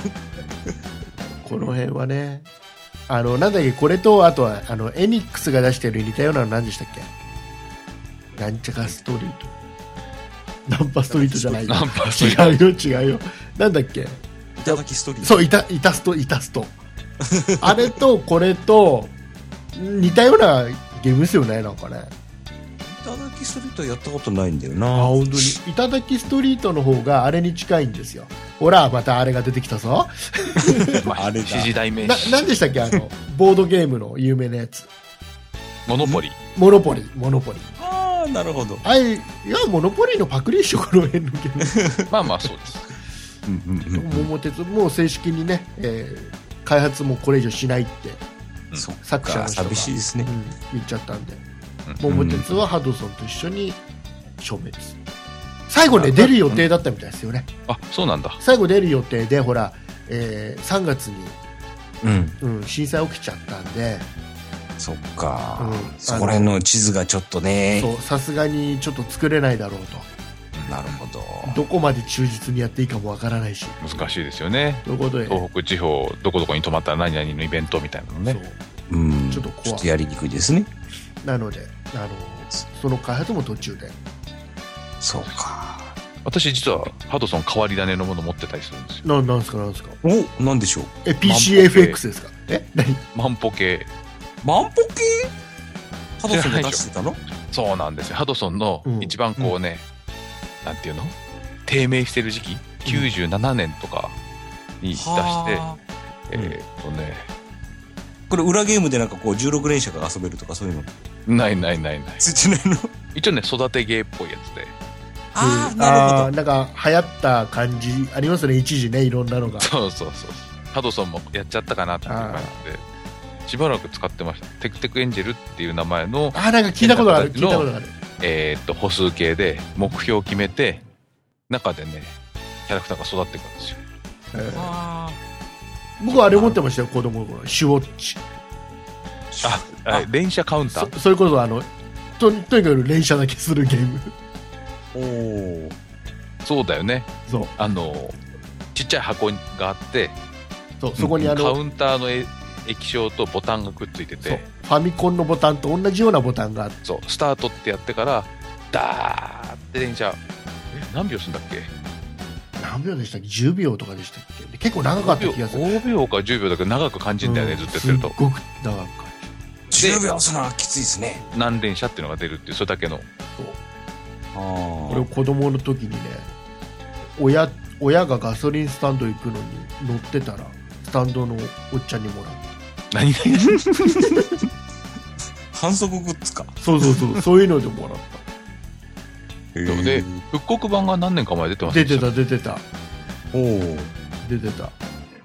Speaker 3: この辺はねあのなんだっけこれとあとはあのエニックスが出してる似たようなの何でしたっけなんちゃかストリートナンパストリートじゃない
Speaker 4: ナンパストリート。
Speaker 3: 違うよ違うよなんだっけ
Speaker 5: いただきストリート。
Speaker 3: そういたいたすといたす とあれとこれと似たようなゲームですよねなんかね
Speaker 5: いただきストリートやったことないんだよ
Speaker 3: あ
Speaker 5: な。
Speaker 3: 本当に「いただきストリート」の方があれに近いんですよほらまたあれが出てきたぞ
Speaker 5: あれだ
Speaker 4: 指示代名
Speaker 3: な
Speaker 4: 詞。
Speaker 3: 何でしたっけあの ボードゲームの有名なやつ
Speaker 4: モノポリ。
Speaker 3: モノポリモノポリ
Speaker 5: ああ、なるほど。
Speaker 3: あいいやモノポリのパクリでしょこの辺のゲーム
Speaker 4: まあまあそうです。
Speaker 5: うんうん うん
Speaker 3: 桃鉄もう正式にね、えー開発もこれ以上しないって、
Speaker 4: うん
Speaker 5: そっ
Speaker 3: 作者の
Speaker 5: か、
Speaker 3: 人が
Speaker 5: 寂しいです
Speaker 3: うん
Speaker 5: ね。、
Speaker 3: 言っちゃったんで、
Speaker 4: うん
Speaker 3: 桃鉄はハドソンと一緒に消滅最後ね出る予定だったみたいですよね
Speaker 4: あ、そうなんだ。
Speaker 3: 最後出る予定でほら、え3月に、
Speaker 5: うん。
Speaker 3: うん、震災起きちゃったんで
Speaker 5: そっか、
Speaker 3: うん
Speaker 5: そこら辺の地図がちょっとね
Speaker 3: そうさすがにちょっと作れないだろう
Speaker 5: なるほど
Speaker 3: とどこまで忠実にやっていいかもわからないし
Speaker 4: 難しいですよね。
Speaker 3: ということで、
Speaker 4: 東北地方、どこどこに泊まったら何々のイベントみたいなのね。
Speaker 5: うん
Speaker 3: ちょっと怖い
Speaker 5: ちょっとやりにくいですね
Speaker 3: そうなのであのその開発も途中で
Speaker 5: そうか
Speaker 4: 私実はハドソン変わり種のもの持ってたりするんですよ。
Speaker 3: なんなんですかなんですか
Speaker 5: おなんでしょう
Speaker 3: え PCFX ですかえ何
Speaker 4: 万歩計。
Speaker 5: 万歩計ハドソン
Speaker 4: 知らな
Speaker 5: が
Speaker 4: いでしょ
Speaker 5: 出してたの
Speaker 4: そうなんですよ。ハドソンの
Speaker 3: うん
Speaker 4: 一番こうね、なんていうの低迷してる時期、97年とかに出して、
Speaker 5: はあ
Speaker 4: えーっとね、
Speaker 5: これ裏ゲームでなんかこう16連射が遊べるとかそういうの
Speaker 4: ないないないない。
Speaker 5: ついてないの
Speaker 4: 一応ね、育て芸っぽいやつで。
Speaker 5: あ
Speaker 3: う
Speaker 5: あ
Speaker 3: ん
Speaker 5: な
Speaker 3: あー
Speaker 5: る
Speaker 3: なんか流行った感じありますね一時ねいろんなのが
Speaker 4: そうそうそうそう。ハドソンもやっちゃったかなっていう感じで、しばらく使ってました。テクテクエンジェルっていう名前の、
Speaker 3: あーなんか聞いたことがある聞
Speaker 4: 変
Speaker 3: い
Speaker 4: な
Speaker 3: たこと
Speaker 4: 形の
Speaker 3: がある
Speaker 4: えーっと、歩数計で目標を決めて、中でね、キャラクターが育っていくんですよ。
Speaker 3: え
Speaker 5: ほど
Speaker 3: ー
Speaker 5: あ
Speaker 3: 僕はあれ持ってましたよ子供の頃シュウォッチ
Speaker 5: ー
Speaker 4: あ、あ
Speaker 5: あ
Speaker 4: 連射カウンタ
Speaker 3: そ
Speaker 4: ー。
Speaker 3: それこそあのととにかく連射だけするゲーム
Speaker 5: おお
Speaker 4: そうだよね。
Speaker 3: そう
Speaker 4: あのちっちゃい箱があって
Speaker 3: そうそこにあ
Speaker 4: カ
Speaker 3: の、
Speaker 4: ウンターのえ液晶とボタンがくっついて
Speaker 3: そう
Speaker 4: て
Speaker 3: ファミコンのボタンと同じようなボタンがあって
Speaker 4: そうスタートってやってからダーって電車え何秒するんだっけ
Speaker 3: 何秒でしたっけ10秒とかでしたっけ結構長かった気がする
Speaker 4: 5秒か10秒だけど長く感じるんだよね、
Speaker 3: うん
Speaker 4: ずっとやってる
Speaker 3: す
Speaker 4: と
Speaker 3: っごく長く感じる
Speaker 5: 10秒押すのはきついですね
Speaker 4: 何連射っていうのが出るっていうそれだけの
Speaker 3: そう
Speaker 5: あ
Speaker 3: 俺
Speaker 5: ー
Speaker 3: 子供の時にね親親がガソリンスタンド行くのに乗ってたらスタンドのおっちゃんにもらっ
Speaker 4: 何々
Speaker 5: 反則グッズか
Speaker 3: たそうそうそうそういうのでもらっ
Speaker 4: ので
Speaker 5: へー
Speaker 4: 復刻版が何年か前出て
Speaker 3: た
Speaker 4: ませ
Speaker 3: 出
Speaker 4: んで
Speaker 3: て
Speaker 4: した
Speaker 3: た出てた
Speaker 5: おお
Speaker 3: 出てた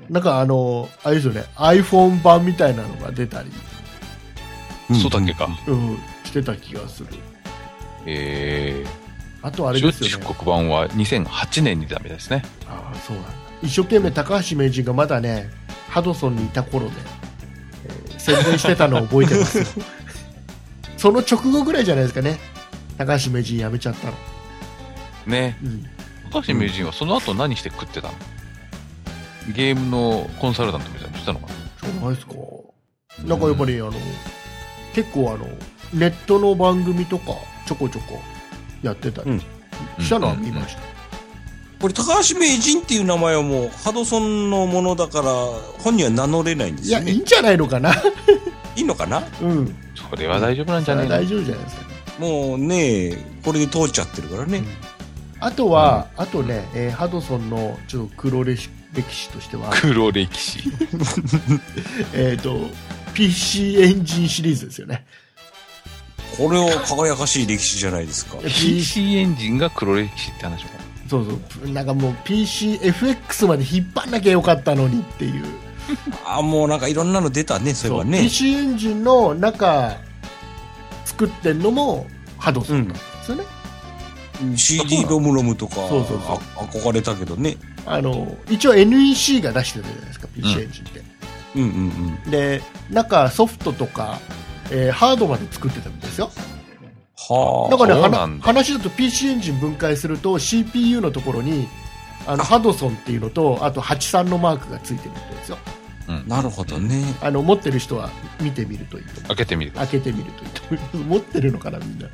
Speaker 3: なんかあのあれですよね iPhone 版みたいなのが出たり、
Speaker 4: そうだっけか、
Speaker 3: うん、してた気がする
Speaker 4: え
Speaker 3: あとあ
Speaker 4: ー、
Speaker 3: れ
Speaker 4: ジョ
Speaker 3: で
Speaker 4: ッ
Speaker 3: す
Speaker 4: ジ
Speaker 3: よ
Speaker 4: 復
Speaker 3: ね
Speaker 4: 刻版は2008年に出たみたいですね
Speaker 3: ああそうなんだ一生懸命高橋名人がまだねハドソンにいた頃で、えー宣伝してたのを覚えてますよ その直後ぐらいじゃないですかね高橋名人辞めちゃったの
Speaker 4: ね
Speaker 3: うん、
Speaker 4: 高橋名人はその後何して食ってたのゲームのコンサルタントみたいなのしたのかな
Speaker 3: じゃないですか。なんかやっぱり、あの、結構あの、ネットの番組とか、ちょこちょこやってたりしたのは見ました。
Speaker 5: これ高橋名人っていう名前はもうハドソンのものだから本人は名乗れないんで
Speaker 3: い
Speaker 5: す
Speaker 3: や、
Speaker 5: よ
Speaker 3: い
Speaker 5: ね
Speaker 3: いんじゃないのかな
Speaker 5: いいのかな
Speaker 3: うん。
Speaker 4: それは大丈夫なんじゃないの、
Speaker 3: 大丈夫じゃないですかね。
Speaker 5: もうねこれで通っちゃってるからね、
Speaker 3: あとは、あとね、えーハドソンのちょっと黒歴史歴史としては
Speaker 4: 黒歴史
Speaker 3: えっと、PC エンジンシリーズですよね。
Speaker 5: これは輝かしい歴史じゃないですか
Speaker 3: え
Speaker 4: PC エンジンが黒歴史って話も
Speaker 3: そうそうなんかもう PCFX まで引っ張んなきゃよかったのにっていう
Speaker 5: ああ、もうなんかいろんなの出たね、そういえば
Speaker 3: そう
Speaker 5: ね。
Speaker 3: PC エンジンの中作ってんのもハドソンなんですよね、
Speaker 5: CD ロムロムとか、
Speaker 3: そうそうそう
Speaker 5: あ憧れたけどね。
Speaker 3: あの一応 NEC が出してたじゃないですか PC エンジンって、
Speaker 5: うんうんうん。
Speaker 3: で中ソフトとか、えーハードまで作ってたみたいですよ
Speaker 5: はあ。
Speaker 3: だからね
Speaker 4: そう
Speaker 3: は
Speaker 4: な
Speaker 3: なん
Speaker 4: だ
Speaker 3: 話だと PC エンジン分解すると CPU のところにあのハドソンっていうのとあと83のマークがついてるみたいですよ
Speaker 5: なるほどね。
Speaker 3: あの持ってる人は見てみるといいと思う
Speaker 4: 開けてみる。
Speaker 3: 開けてみるといいと思います 持ってるのかなみんな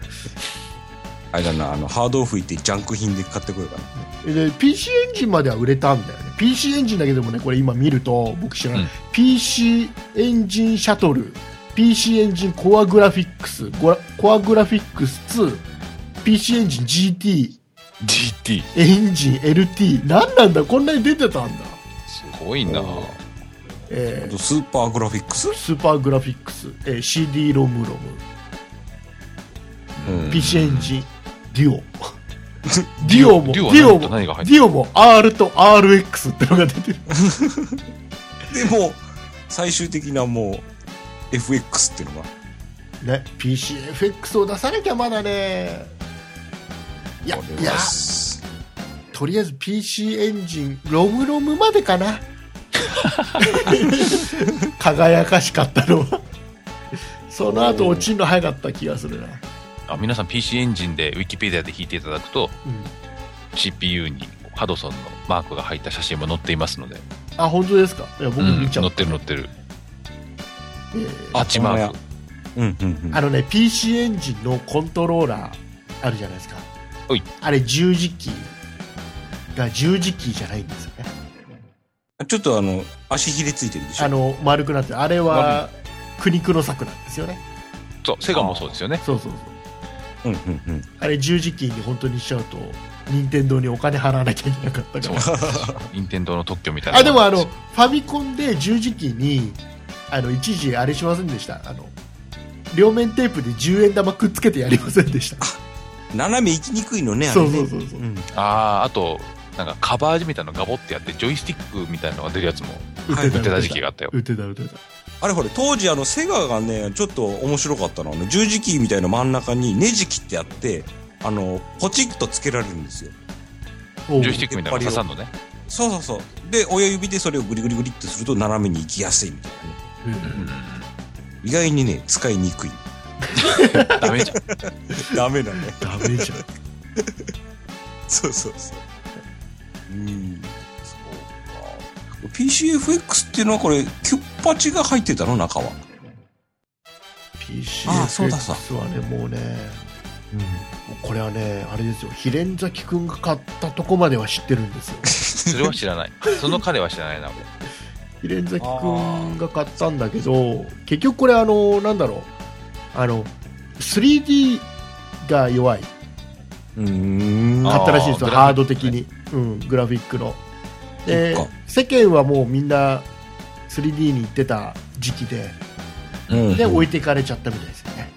Speaker 5: あれだな、あの、ハードオフ行ってジャンク品で買ってこようかな。
Speaker 3: で PC エンジンまでは売れたんだよね PC エンジンだけでもねこれ今見ると僕知らない、
Speaker 4: うん
Speaker 3: PC エンジンシャトル PC エンジンコアグラフィックスゴラコアグラフィックス 2PC エンジン GT
Speaker 4: GT。
Speaker 3: エンジン LT 何なんだこんなに出てたんだ、
Speaker 4: すごいな
Speaker 5: あ
Speaker 3: え
Speaker 5: あ
Speaker 3: ー
Speaker 5: とスーパーグラフィックス、
Speaker 3: スーパーグラフィックス、えー CD ロムロム、PC エンジンデュオ デュオも
Speaker 4: デ
Speaker 3: デ
Speaker 4: ュオ
Speaker 3: ュオも
Speaker 4: 何が入って
Speaker 3: デュオも R と RX ってのが出てる
Speaker 5: でも、最終的なもう、FX っていうのが。
Speaker 3: ね、PCFX を出さなきゃまだねいや
Speaker 5: これはい
Speaker 3: や
Speaker 5: す
Speaker 3: とりあえず PC エンジンロムロムまでかな輝かしかったのはその後落ちるの早かった気がするな、
Speaker 4: あ皆さん PC エンジンでウィキペディアで引いていただくと
Speaker 3: うん、
Speaker 4: CPU にハドソンのマークが入った写真も載っていますので、
Speaker 3: あ本当ですかいや僕
Speaker 4: うん
Speaker 3: 見ちゃ
Speaker 4: 載
Speaker 3: っ、
Speaker 4: ったてる載ってる
Speaker 3: えー
Speaker 4: パッチマーク
Speaker 5: うんうんうん。
Speaker 3: あのね PC エンジンのコントローラーあるじゃないですか
Speaker 4: はい
Speaker 3: あれ十字キーが十字キーじゃないんですよね
Speaker 5: ちょっとあの、足ひれついてるでしょ。
Speaker 3: あの丸くなってるあれは苦肉の策なんですよね
Speaker 4: そうセガもそうですよね
Speaker 3: そうそうそう
Speaker 5: うんうんうん。
Speaker 3: あれ十字キーに本当にしちゃうと任天堂にお金払わなきゃいけなかった から
Speaker 4: 任天堂の特許みたいな
Speaker 3: あでもあの
Speaker 4: そ
Speaker 3: ファミコンで十字キーにあの一時あれしませんでしたあの両面テープで10円玉くっつけてやりませんでした
Speaker 5: 斜め行きにくいの ね、あれ
Speaker 3: そ
Speaker 5: ね。
Speaker 3: うそうそうそう
Speaker 5: うん。
Speaker 4: うあーあとなんかカバージみたいなのガボってやってジョイスティックみたいなのが出るやつも
Speaker 3: 売って
Speaker 4: 売ってた時期があったよ
Speaker 3: 売ってた売ってた
Speaker 5: あれほれ、当時あの、セガがね、ちょっと面白かったのは、あの十字キーみたいな真ん中にネジ切ってあって、あの、ポチッとつけられるんですよ。
Speaker 3: おう
Speaker 4: ジョイスティックみたいなのが刺さんのね
Speaker 5: そうそうそう。で、親指でそれをグリグリグリってすると斜めに行きやすいみたいなね。
Speaker 3: うん
Speaker 5: 意外にね、使いにくい。
Speaker 4: ダメじゃん
Speaker 5: ダメだね。
Speaker 3: ダメじゃん
Speaker 5: そうそうそう。うん。そうか。PCFX っていうのはこれ、キュッパチが入ってたの中は。
Speaker 3: PC
Speaker 5: あそうだそう
Speaker 3: FX はねもうねもうこれはねあれですよヒレンザキ君が買ったとこまでは知ってるんですよ
Speaker 4: それは知らないその彼は知らないな俺
Speaker 3: ヒレンザキ君が買ったんだけど結局これあのなんだろうあの 3D が弱い
Speaker 5: うん。うん。
Speaker 3: 買ったらしいんですよ
Speaker 4: あー
Speaker 3: ハード的に、うん、グラフィックので
Speaker 5: そっか
Speaker 3: 世間はもうみんな 3D に行ってた時期で
Speaker 5: うん
Speaker 3: で置いてかれちゃったみたいですよね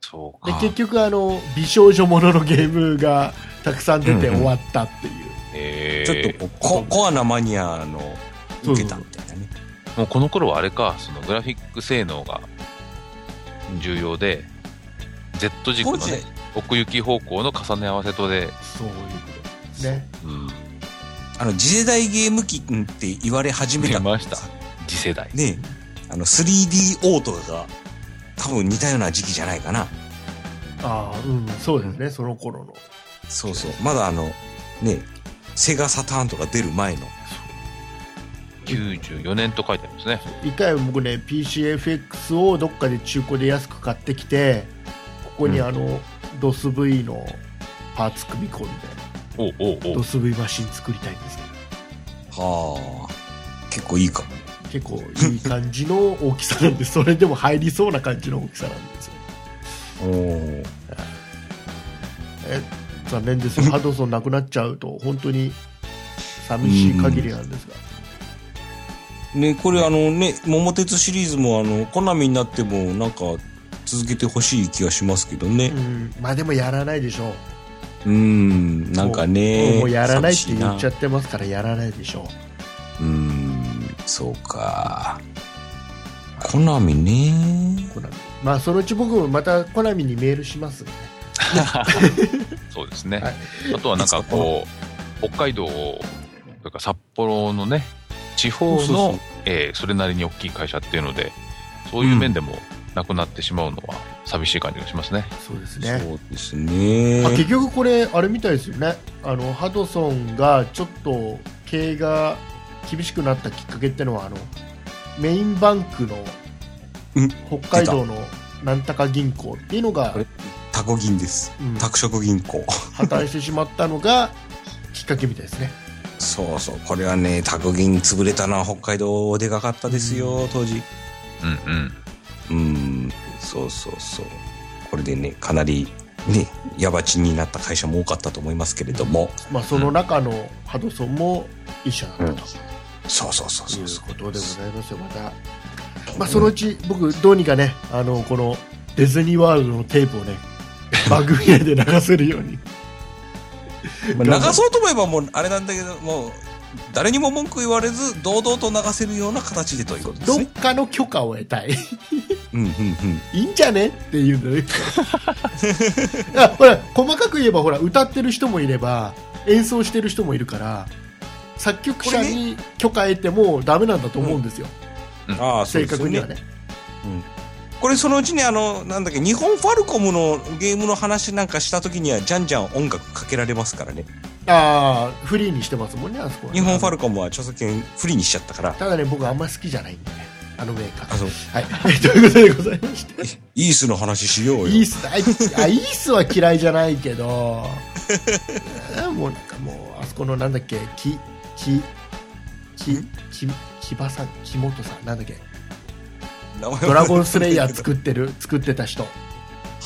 Speaker 4: そう
Speaker 3: で
Speaker 4: か
Speaker 3: 結局あの美少女もののゲームがたくさん出て終わったっていう、
Speaker 4: え
Speaker 5: ちょ
Speaker 4: ー
Speaker 5: っとこうココアなマニアの受けたみたいなね。
Speaker 4: もうこの頃はあれかそのグラフィック性能が重要で Z 軸
Speaker 5: 当
Speaker 4: の
Speaker 5: 時、
Speaker 4: ね奥行き方向の重ね合わせとで、
Speaker 3: そういうことですね
Speaker 4: うん、
Speaker 5: あの、次世代ゲーム機って言われ始めた。
Speaker 4: 出ました次世代
Speaker 5: ねあの、3D オートが多分似たような時期じゃないかな。
Speaker 3: ああうんそうですね、その頃の
Speaker 5: そうそう。まだあの、ねセガサターンとか出る前の。
Speaker 4: 94年と書いてありますね
Speaker 3: 一回僕ね PCFX をどっかで中古で安く買ってきてここにあの、ドス V のパーツ組み込んで
Speaker 4: おうおうお
Speaker 3: ド
Speaker 4: う
Speaker 3: ス V マシン作りたいんですけ
Speaker 5: はあ。結構いいかもね。
Speaker 3: ど結構いい感じの大きさなん でそれでも入りそうな感じの大きさなんですよ
Speaker 5: おー
Speaker 3: え残念ですよハドソンなくなっちゃうと本当に寂しい限りなんですが
Speaker 5: ね、これあのね、桃鉄シリーズもあの、コナミになってもなんか続けてほしい気がしますけどね。
Speaker 3: うんまあでもやらないでしょう
Speaker 5: うん、なんか
Speaker 3: もう
Speaker 5: ね。
Speaker 3: もうやらないって言っちゃ
Speaker 5: っ
Speaker 3: ってますからやらないでしょ
Speaker 5: うん、そうか。コナミね
Speaker 3: う。コナミまあそのうち僕もまたコナミにメールしますんで
Speaker 4: そうですね、
Speaker 3: はい
Speaker 4: あとはなんかこう北海道とか札幌のね地方の
Speaker 5: そうそうそう
Speaker 4: えーそれなりに大きい会社っていうのでそういう面でもなくなってしまうのは寂しい感じがしますね、
Speaker 3: そうです
Speaker 5: そうですね。
Speaker 3: あ結局これあれみたいですよねあのハドソンがちょっと経営が厳しくなったきっかけってのはあのメインバンクの
Speaker 5: うん
Speaker 3: 北海道のなんたか銀行っていうのが
Speaker 5: こ、れタコ銀です。
Speaker 3: うん
Speaker 5: 拓殖銀行。
Speaker 3: 破綻してしまったのが きっかけみたいですね
Speaker 5: そうそう。これはね、タコ銀潰れたのは北海道でかかったですよ、当時。
Speaker 4: うんうん
Speaker 5: うん、そうそうそう。これでね、かなり、ね、ヤバチンになった会社も多かったと思いますけれども。
Speaker 3: まあその中のハドソンも一社だったと
Speaker 5: うんそうそうそう
Speaker 3: い
Speaker 5: そうう。
Speaker 3: ことでございますよまた、まあ、そのうち僕どうにかねあのこのディズニーワールドのテープをね番組内で流せるように
Speaker 5: まあ流そうと思えばもうあれなんだけどもう誰にも文句言われず堂々と流せるような形でということで
Speaker 3: ど
Speaker 5: す
Speaker 3: っ
Speaker 5: ね。
Speaker 3: かの許可を得たい。
Speaker 5: うんうんうん。
Speaker 3: いいんじゃねっていうんだ ね。いやほら、細かく言えば、ほら、歌ってる人もいれば、演奏してる人もいるから、作曲者に許可得てもダメなんだと思うんですよ。
Speaker 5: ああそ
Speaker 3: 正
Speaker 5: うですよ
Speaker 3: 確にはね。
Speaker 5: これそのうちにあのなんだっけ日本ファルコムのゲームの話なんかした時にはじゃんじゃん音楽かけられますからね。
Speaker 3: ああ、フリーにしてますもんね、あそこはね、
Speaker 5: 日本ファルコムは著作権不利にしちゃったから。
Speaker 3: ただね、僕あんま好きじゃないんでね。あのメーカ
Speaker 5: あ
Speaker 3: ー。
Speaker 5: そう
Speaker 3: はい。 ということでございまして。
Speaker 5: イースの話しよう
Speaker 3: イー
Speaker 5: よ。
Speaker 3: ス、あ、あイースは嫌いじゃないけど、えーもうなんかもう、あそこのなんだっけ、き、き、き、き、木場さん、木本さん、なんだっけ、
Speaker 5: 名前
Speaker 3: ドラゴンスレイヤー作ってる、 作ってた人、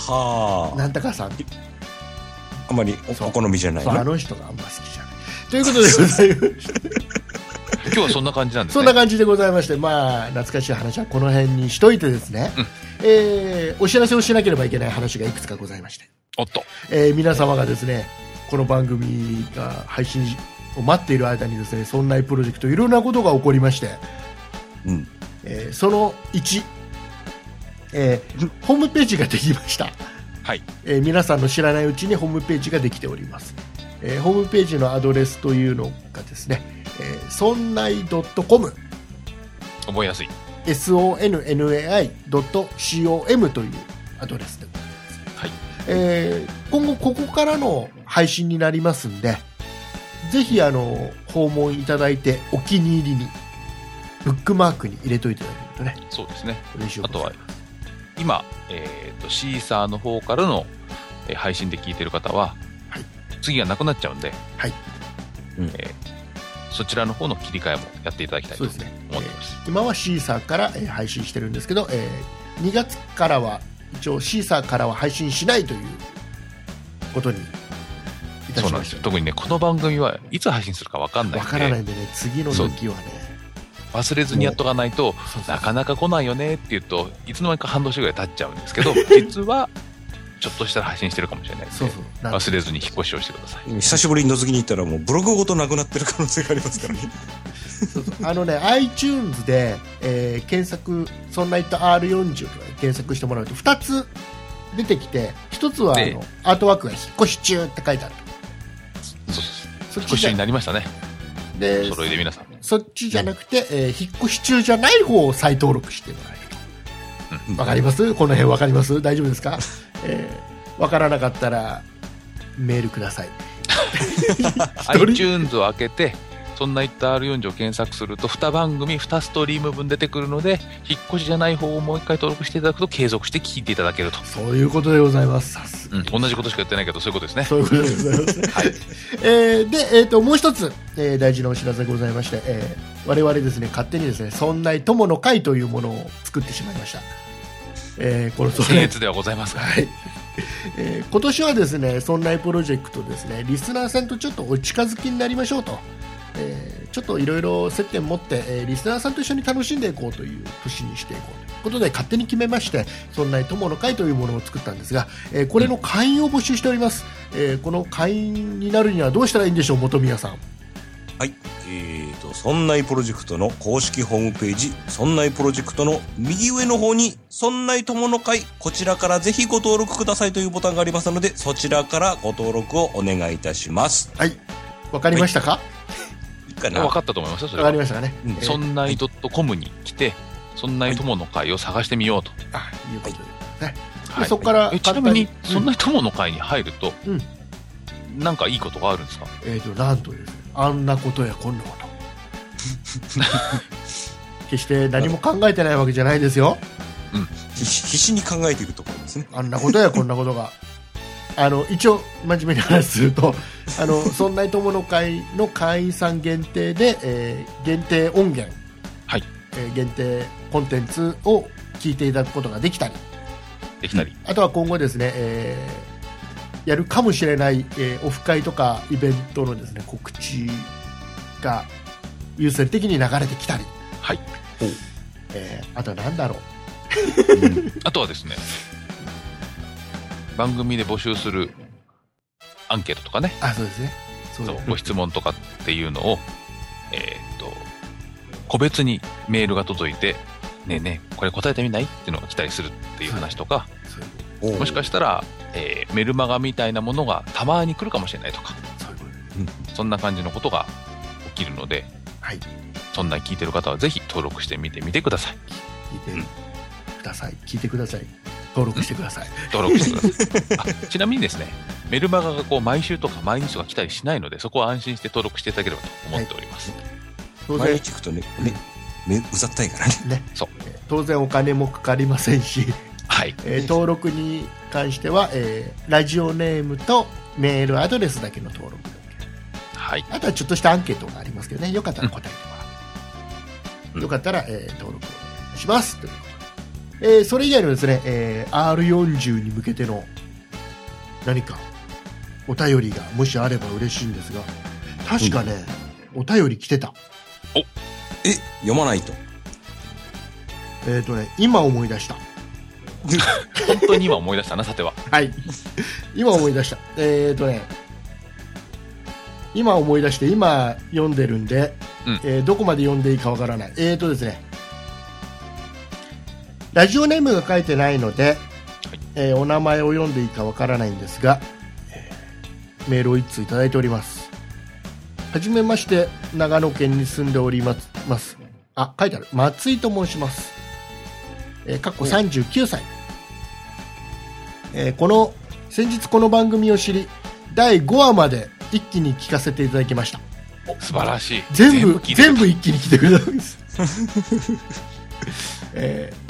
Speaker 5: はあ。
Speaker 3: なんとかさん、そう、
Speaker 5: あんまりおお好みじゃない
Speaker 3: あ
Speaker 5: な。
Speaker 3: の人があんま好きじゃない。ということでございま して、
Speaker 4: 今日はそんな感じなんです
Speaker 3: そ
Speaker 4: ね
Speaker 3: んな感じでございまして、まあ、懐かしい話はこの辺にしといてですね、えーお知らせをしなければいけない話がいくつかございまして。
Speaker 4: おっと
Speaker 3: えー皆様がですねこの番組が配信を待っている間にですね「そんなプロジェクト」いろんなことが起こりまして、
Speaker 5: うん。
Speaker 3: えーその1、えーホームページができました、
Speaker 4: はい
Speaker 3: えー皆さんの知らないうちにホームページができております、えーホームページのアドレスというのがですね「えー、そんない .com」
Speaker 4: 覚えやすい
Speaker 3: sonnai.com というアドレスでございます、
Speaker 4: はい
Speaker 3: えー今後ここからの配信になりますんでぜひあの訪問いただいてお気に入りにブックマークに入れといていただけるとね
Speaker 4: そうですね
Speaker 3: 嬉しい
Speaker 4: あとは
Speaker 3: と
Speaker 4: 今、えー、とシーサーの方からのえー配信で聞いてる方は、
Speaker 3: はい
Speaker 4: 次がなくなっちゃうんで、
Speaker 3: はい
Speaker 5: うん
Speaker 4: えーそちらの方の切り替えもやっていただきたいと
Speaker 3: そうで
Speaker 4: 思っ
Speaker 3: す
Speaker 4: て
Speaker 3: ね
Speaker 4: います。
Speaker 3: 今はシーサーからえー配信してるんですけど、えー2月からは一応シーサーからは配信しないということにいた
Speaker 4: そう
Speaker 3: し
Speaker 4: なん
Speaker 3: ま
Speaker 4: です
Speaker 3: し
Speaker 4: よ。
Speaker 3: た
Speaker 4: 特にね、この番組はいつ配信するかわかんない
Speaker 3: わ
Speaker 4: ん
Speaker 3: からない
Speaker 4: で、
Speaker 3: んでね次の時はね
Speaker 4: 忘れずにやっとかないと、
Speaker 3: そうそう
Speaker 4: なかなか来ないよねって言うと、いつの間にか半年ぐらい経っちゃうんですけど、実は、ちょっとしたら配信してるかもしれないんで
Speaker 3: そうそうなんで
Speaker 4: 忘れずに引っ越しをしてください。
Speaker 5: 久しぶりにのぞきに行ったらもうブログごとなくなってる可能性がありますからね。
Speaker 3: あのね、iTunes で、えー検索、そんな人 R40 とかで検索してもらうと、2つ出てきて、1つはあ
Speaker 4: え
Speaker 3: のアートワークが引っ越し中って書いてある。
Speaker 4: そうそうそう
Speaker 3: そっち
Speaker 4: 引っ越
Speaker 3: じ
Speaker 4: しに
Speaker 3: ゃ
Speaker 4: なりましたね。
Speaker 3: で
Speaker 4: お揃いで皆さん。
Speaker 3: そっちじゃなくて、えー引っ越し中じゃない方を再登録してもらえると。わかりますこの辺わかります大丈夫ですかえーわからなかったら、メールください。人
Speaker 4: iTunes を開けて、そんな言った R40 を検索すると、2番組、2ストリーム分出てくるので、引っ越しじゃない方をもう一回登録していただくと、継続して聞いていただけると。
Speaker 3: そういうことでございます。さすが
Speaker 4: うん、同じことしか言ってないけど、そういうことですね。
Speaker 3: そういうことでございます。えーで、えー、ともう一つ、えー大事なお知らせございまして、えー我々ですね勝手にですね「そんない友の会」というものを作ってしまいました、えーこのそんな
Speaker 4: 僭
Speaker 3: い
Speaker 4: 越ではござ いますが。
Speaker 3: はいえー今年はですね「そんないプロジェクト」ですねリスナーさんとちょっとお近づきになりましょうとえーちょっといろいろ接点持って、えーリスナーさんと一緒に楽しんでいこうという年にしていこうということで勝手に決めまして「そんな友の会」というものを作ったんですが、えーこれの会員を募集しております、えーこの会員になるにはどうしたらいいんでしょう本宮さん
Speaker 5: はい。えーと、そんないプロジェクトの公式ホームページ、そんないプロジェクトの右上の方に、そんない友の会、こちらからぜひご登録くださいというボタンがありますので、そちらからご登録をお願いいたします。
Speaker 3: はいわかりましたか
Speaker 5: いいかな
Speaker 4: 分かったと思いますよ、それ
Speaker 3: わか
Speaker 4: は
Speaker 3: り。ましたかね、
Speaker 5: うん
Speaker 3: えー
Speaker 4: そんない .com に来て、そんない友の会を探してみようと。
Speaker 3: あいうことでね、で
Speaker 4: はい
Speaker 3: そこから
Speaker 4: えちなみに、
Speaker 3: 簡単
Speaker 4: そんな友の会に入ると、
Speaker 3: うん
Speaker 4: なんかいいことがあるんですか
Speaker 3: えー、となんとですねあんなことやこんなこと 決して何も考えてないわけじゃないですよ
Speaker 5: 必死に考えているところですね。
Speaker 3: あんなことやこんなことがあの一応真面目に話するとあのそんな友の会の会員さん限定で、えー限定音源、
Speaker 4: はい
Speaker 3: えー限定コンテンツを聞いていただくことができたり
Speaker 4: できたり。
Speaker 3: あとは今後ですね、えーやるかもしれない、えーオフ会とかイベントのですね告知が優先的に流れてきたり、
Speaker 4: はい
Speaker 5: ほう
Speaker 3: えーあとは何だろう
Speaker 4: あとはですね、番組で募集するアンケートとかね、
Speaker 3: あそうですねそう
Speaker 4: そう
Speaker 3: です
Speaker 4: ご質問とかっていうのを、えーっと、個別にメールが届いて、ねえねえ、これ答えてみないっていうのが来たりするっていう話とか、
Speaker 3: そういう
Speaker 4: もしか
Speaker 5: し
Speaker 4: したら、えーメルマガみたいなものがたまに来るかもしれないとか、
Speaker 3: そういうことです
Speaker 4: そんな感じのことが起きるので、
Speaker 3: はい
Speaker 4: そんな聞いてる方はぜひ登録してみてみてください。
Speaker 3: 聞いてください聞いてください登録してください
Speaker 4: 登録してくだ さい。あちなみにですね、メルマガがこう毎週とか毎日とか来たりしないので、そこは安心して登録していただければと思っております。
Speaker 3: 当
Speaker 5: 毎
Speaker 3: 然
Speaker 5: 日行くとね、ね、めうざったいからね。
Speaker 3: 当然お金もかかりませんし、
Speaker 4: はい。
Speaker 3: えー登録に関しては、えーラジオネームとメールアドレスだけの登録
Speaker 4: はい。
Speaker 3: あとはちょっとしたアンケートがありますけどね、よかったら答えてもらう。
Speaker 5: うん
Speaker 3: よかったら、えー登録をお願いします。ということで。えーそれ以外のですね、えー R40 に向けての何かお便りがもしあれば嬉しいんですが、確かね、お便り来てた。
Speaker 5: え、読まないと。
Speaker 3: えっ、とね、今思い出した。
Speaker 4: 本当に今思い出したな、さては。
Speaker 3: はい。今思い出した。えっ、とね、今思い出して、今読んでるんで、
Speaker 4: うん
Speaker 3: えーどこまで読んでいいかわからない。えっ、とですね、ラジオネームが書いてないので、えーお名前を読んでいいかわからないんですが、えーメールを一通いただいております。はじめまして、長野県に住んでおりますます。あ、書いてある。松井と申します。えー、かっこ39歳。えーこの先日この番組を知り第5話まで一気に聞かせていただきました
Speaker 4: 素晴らしい。
Speaker 3: 全部
Speaker 4: 聞いてくれ
Speaker 3: 全
Speaker 4: た
Speaker 3: 部一気に来てくれたん です、えー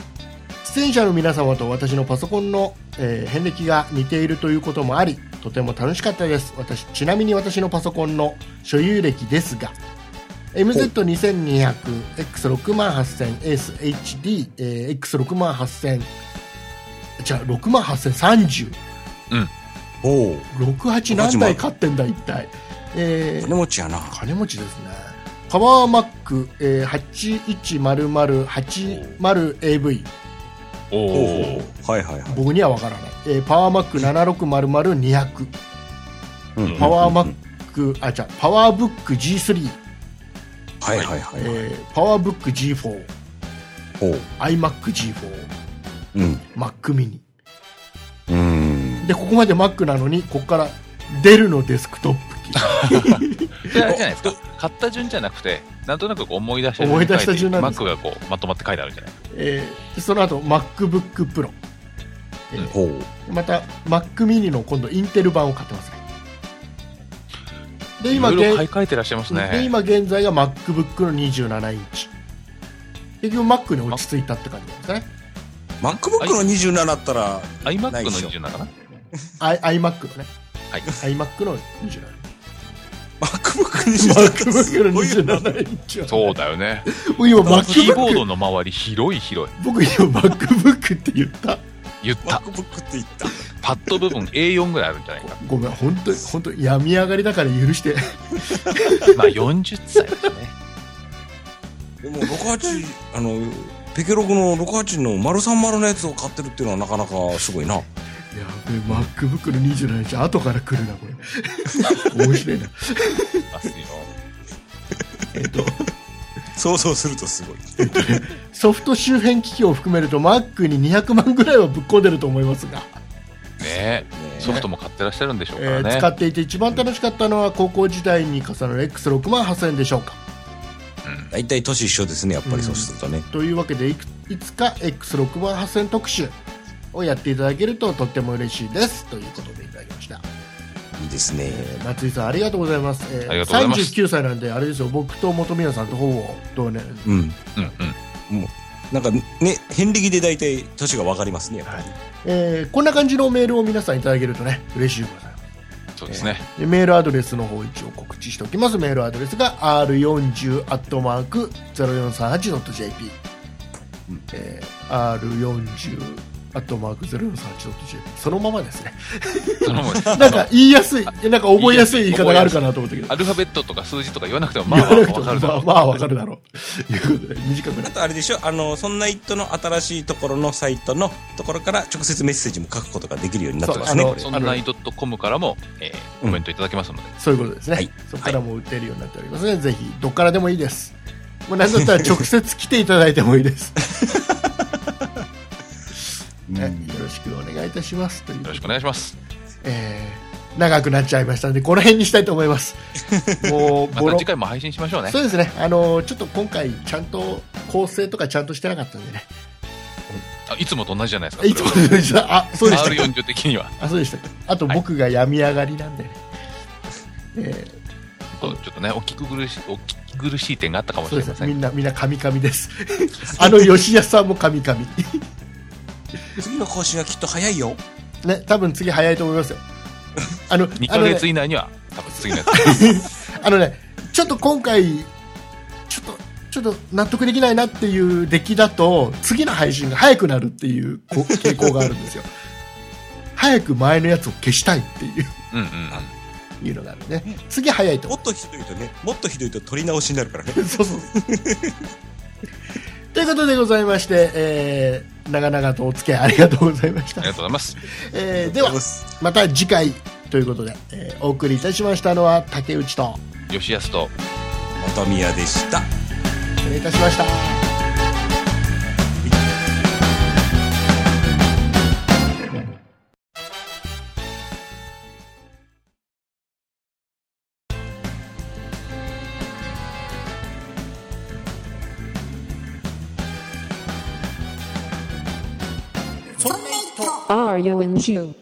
Speaker 3: 出演者の皆様と私のパソコンの、えー、遍歴が似ているということもありとても楽しかったです私ちなみに私のパソコンの所有歴ですが MZ2200X68000ACEHD、えー、X68000 じゃあ68030
Speaker 5: おお。
Speaker 3: 68何台買ってんだ一体、えー
Speaker 5: 金持ちやな。
Speaker 3: 金持ちですねパワーマック、えー、810080AV
Speaker 4: お
Speaker 5: お
Speaker 4: お。
Speaker 5: はいはいはい。
Speaker 3: 僕には分からない、えーパワーマック7600200
Speaker 5: うん
Speaker 3: パワーマックあ違うパワーブック G3、
Speaker 5: はいはいは
Speaker 3: え
Speaker 5: いはい。
Speaker 3: ーパワーブック G4iMacG4
Speaker 5: おう。うん。
Speaker 3: Mac mini
Speaker 5: うん。
Speaker 3: でここまで Mac なのにここからデルのデスクトップ機
Speaker 4: であれじゃないですか。買った順じゃなくて、なんとなくこう思い出した順に
Speaker 3: 思い出した順なん
Speaker 4: マ
Speaker 3: で
Speaker 4: ッ
Speaker 3: す
Speaker 4: クがこうまとまって書いてあるんじゃない
Speaker 3: えーその後 MacBookPro
Speaker 5: ほう。
Speaker 3: また Mac mini の今度インテル版を買ってますねで
Speaker 4: い
Speaker 3: 今
Speaker 4: ろいろ
Speaker 3: 現
Speaker 4: 買い替えてらっしゃいます
Speaker 3: で
Speaker 4: ね。
Speaker 3: 今現在が MacBook の27インチ結局 Mac に落ち着いたって感じなんですかね
Speaker 5: MacBook の27ったら、
Speaker 4: iMac の
Speaker 5: ないでしょ
Speaker 4: 27かな
Speaker 3: I- iMac のね、
Speaker 4: はい
Speaker 3: iMac の27
Speaker 5: MacBook の27
Speaker 3: MacBook の
Speaker 5: すごいよな
Speaker 3: 27インチは
Speaker 4: そうだよね。
Speaker 3: 僕今
Speaker 4: キーボー
Speaker 3: MacBook
Speaker 4: ドの周り広い広い。
Speaker 3: 僕今 MacBook って言った
Speaker 4: 言った。
Speaker 5: MacBook って言った。
Speaker 4: パッド部分 A4 ぐらいあるんじ ゃないか。
Speaker 3: ごめん本当に本当に病み上がりだから許 して
Speaker 4: まあ40歳だしね。
Speaker 5: でも68あのペケログの68の丸三丸のやつを買ってるっていうのはなかなかすごいな
Speaker 3: やべえ MacBook の27日後から来るなこれ面白いな
Speaker 4: 安いの。
Speaker 3: えっと
Speaker 5: 想像するとすごい
Speaker 3: ソフト周辺機器を含めると Mac に200万ぐらいはぶっ込んでると思いますが、
Speaker 4: ねえ。ソフトも買ってらっしゃるんでしょうか
Speaker 3: え
Speaker 4: ら
Speaker 3: ー
Speaker 4: ね。
Speaker 3: 使っていて一番楽しかったのは高校時代に重なる X6 万8000円でしょうか
Speaker 5: 大体年一緒ですねやっぱりそうするとね、
Speaker 3: というわけでいくいつか X6 万8000特集をやっていただけるととっても嬉しいですということでいただきました、
Speaker 5: いいですね
Speaker 3: えー松井さんありがとうございます,、えー
Speaker 4: ありがとうございます
Speaker 3: 39歳なんであれですよ僕と本宮さんとほぼ同年
Speaker 5: うん
Speaker 4: うんうん。
Speaker 5: なんかね遍歴で大体年が分かりますねやっぱり、
Speaker 3: えーこんな感じのメールを皆さんいただけるとね嬉しいございます
Speaker 4: そうですね。
Speaker 3: でメールアドレスの方一応告知しておきますメールアドレスが r40-0438.jp、えー r40-0438.jp そのままですね
Speaker 4: そのままです
Speaker 3: なんか言いやすいなんか覚えやすい言い方があるかなと思ったけど
Speaker 4: アルファベットとか数字とか言わなくてもまあ
Speaker 3: 言
Speaker 4: ま
Speaker 3: わ
Speaker 4: あ
Speaker 3: なくて
Speaker 4: わ
Speaker 3: もまあ
Speaker 4: かるだろう。
Speaker 3: まあわかるだろうということで短くな
Speaker 5: あ
Speaker 3: る
Speaker 5: とあれでしょあのそんなイットの新しいところのサイトのところから直接メッセージも書くことができるようになってますね
Speaker 3: そう
Speaker 5: これ
Speaker 4: そんない .com からも、えーコメントいただけますので、
Speaker 3: そういうことですね、
Speaker 5: はい
Speaker 3: そこからも打てるようになっておりますね、ぜひどっからでもいいですもう何だったら直接来ていただいてもいい ですね、よろしくお願いいたしますという
Speaker 4: よろしくお願いします。
Speaker 3: えー長くなっちゃいましたのでこの辺にしたいと思います もう
Speaker 4: ま
Speaker 3: ボ
Speaker 4: た
Speaker 3: ロ
Speaker 4: 次回も配信しましょうね。
Speaker 3: そうですねあのちょっと今回ちゃんと構成とかちゃんとしてなかったんでね
Speaker 4: あいつもと同じじゃないですか。
Speaker 3: いつものようにしたあそうでした
Speaker 4: R40 的には、
Speaker 3: あそうでしたあと僕が病み上がりなんでね、え
Speaker 4: ちょっとね、お聞き苦しい、お聞き苦しい点があったか
Speaker 3: ー
Speaker 4: もし
Speaker 3: そう
Speaker 4: れ
Speaker 3: で
Speaker 4: ますせ
Speaker 3: ねみ
Speaker 4: ん。
Speaker 3: んなみんなカミカミです あの吉安さんもカミカミ
Speaker 5: 次の更新はきっと早いよ
Speaker 3: ね多分次早いと思いますよあの
Speaker 4: 2
Speaker 3: あ
Speaker 4: ヶ
Speaker 3: のね
Speaker 4: 月以内には、多分次のやつ。
Speaker 3: あのね、ちょっと今回、ちょっと、ちょっと納得できないなっていう出来だと、次の配信が早くなるっていうこ傾向があるんですよ。 早く前のやつを消したいっていう
Speaker 4: うんうんうん。
Speaker 3: いうのがあるね。次早いと
Speaker 5: もっとひどいとねもっとひどいと取り直しになるからね
Speaker 3: そうそう。ということでございまして、えー、長々とお付き合いありがとうございまし
Speaker 4: あ
Speaker 3: た
Speaker 4: りが。とうござ います。
Speaker 3: えー、では、また次回ということで、えーお送りいたしましたのは竹内と、
Speaker 4: 吉安と、
Speaker 5: 本宮でした
Speaker 3: 失礼いたしました。
Speaker 1: そんな糸
Speaker 2: Are you in June?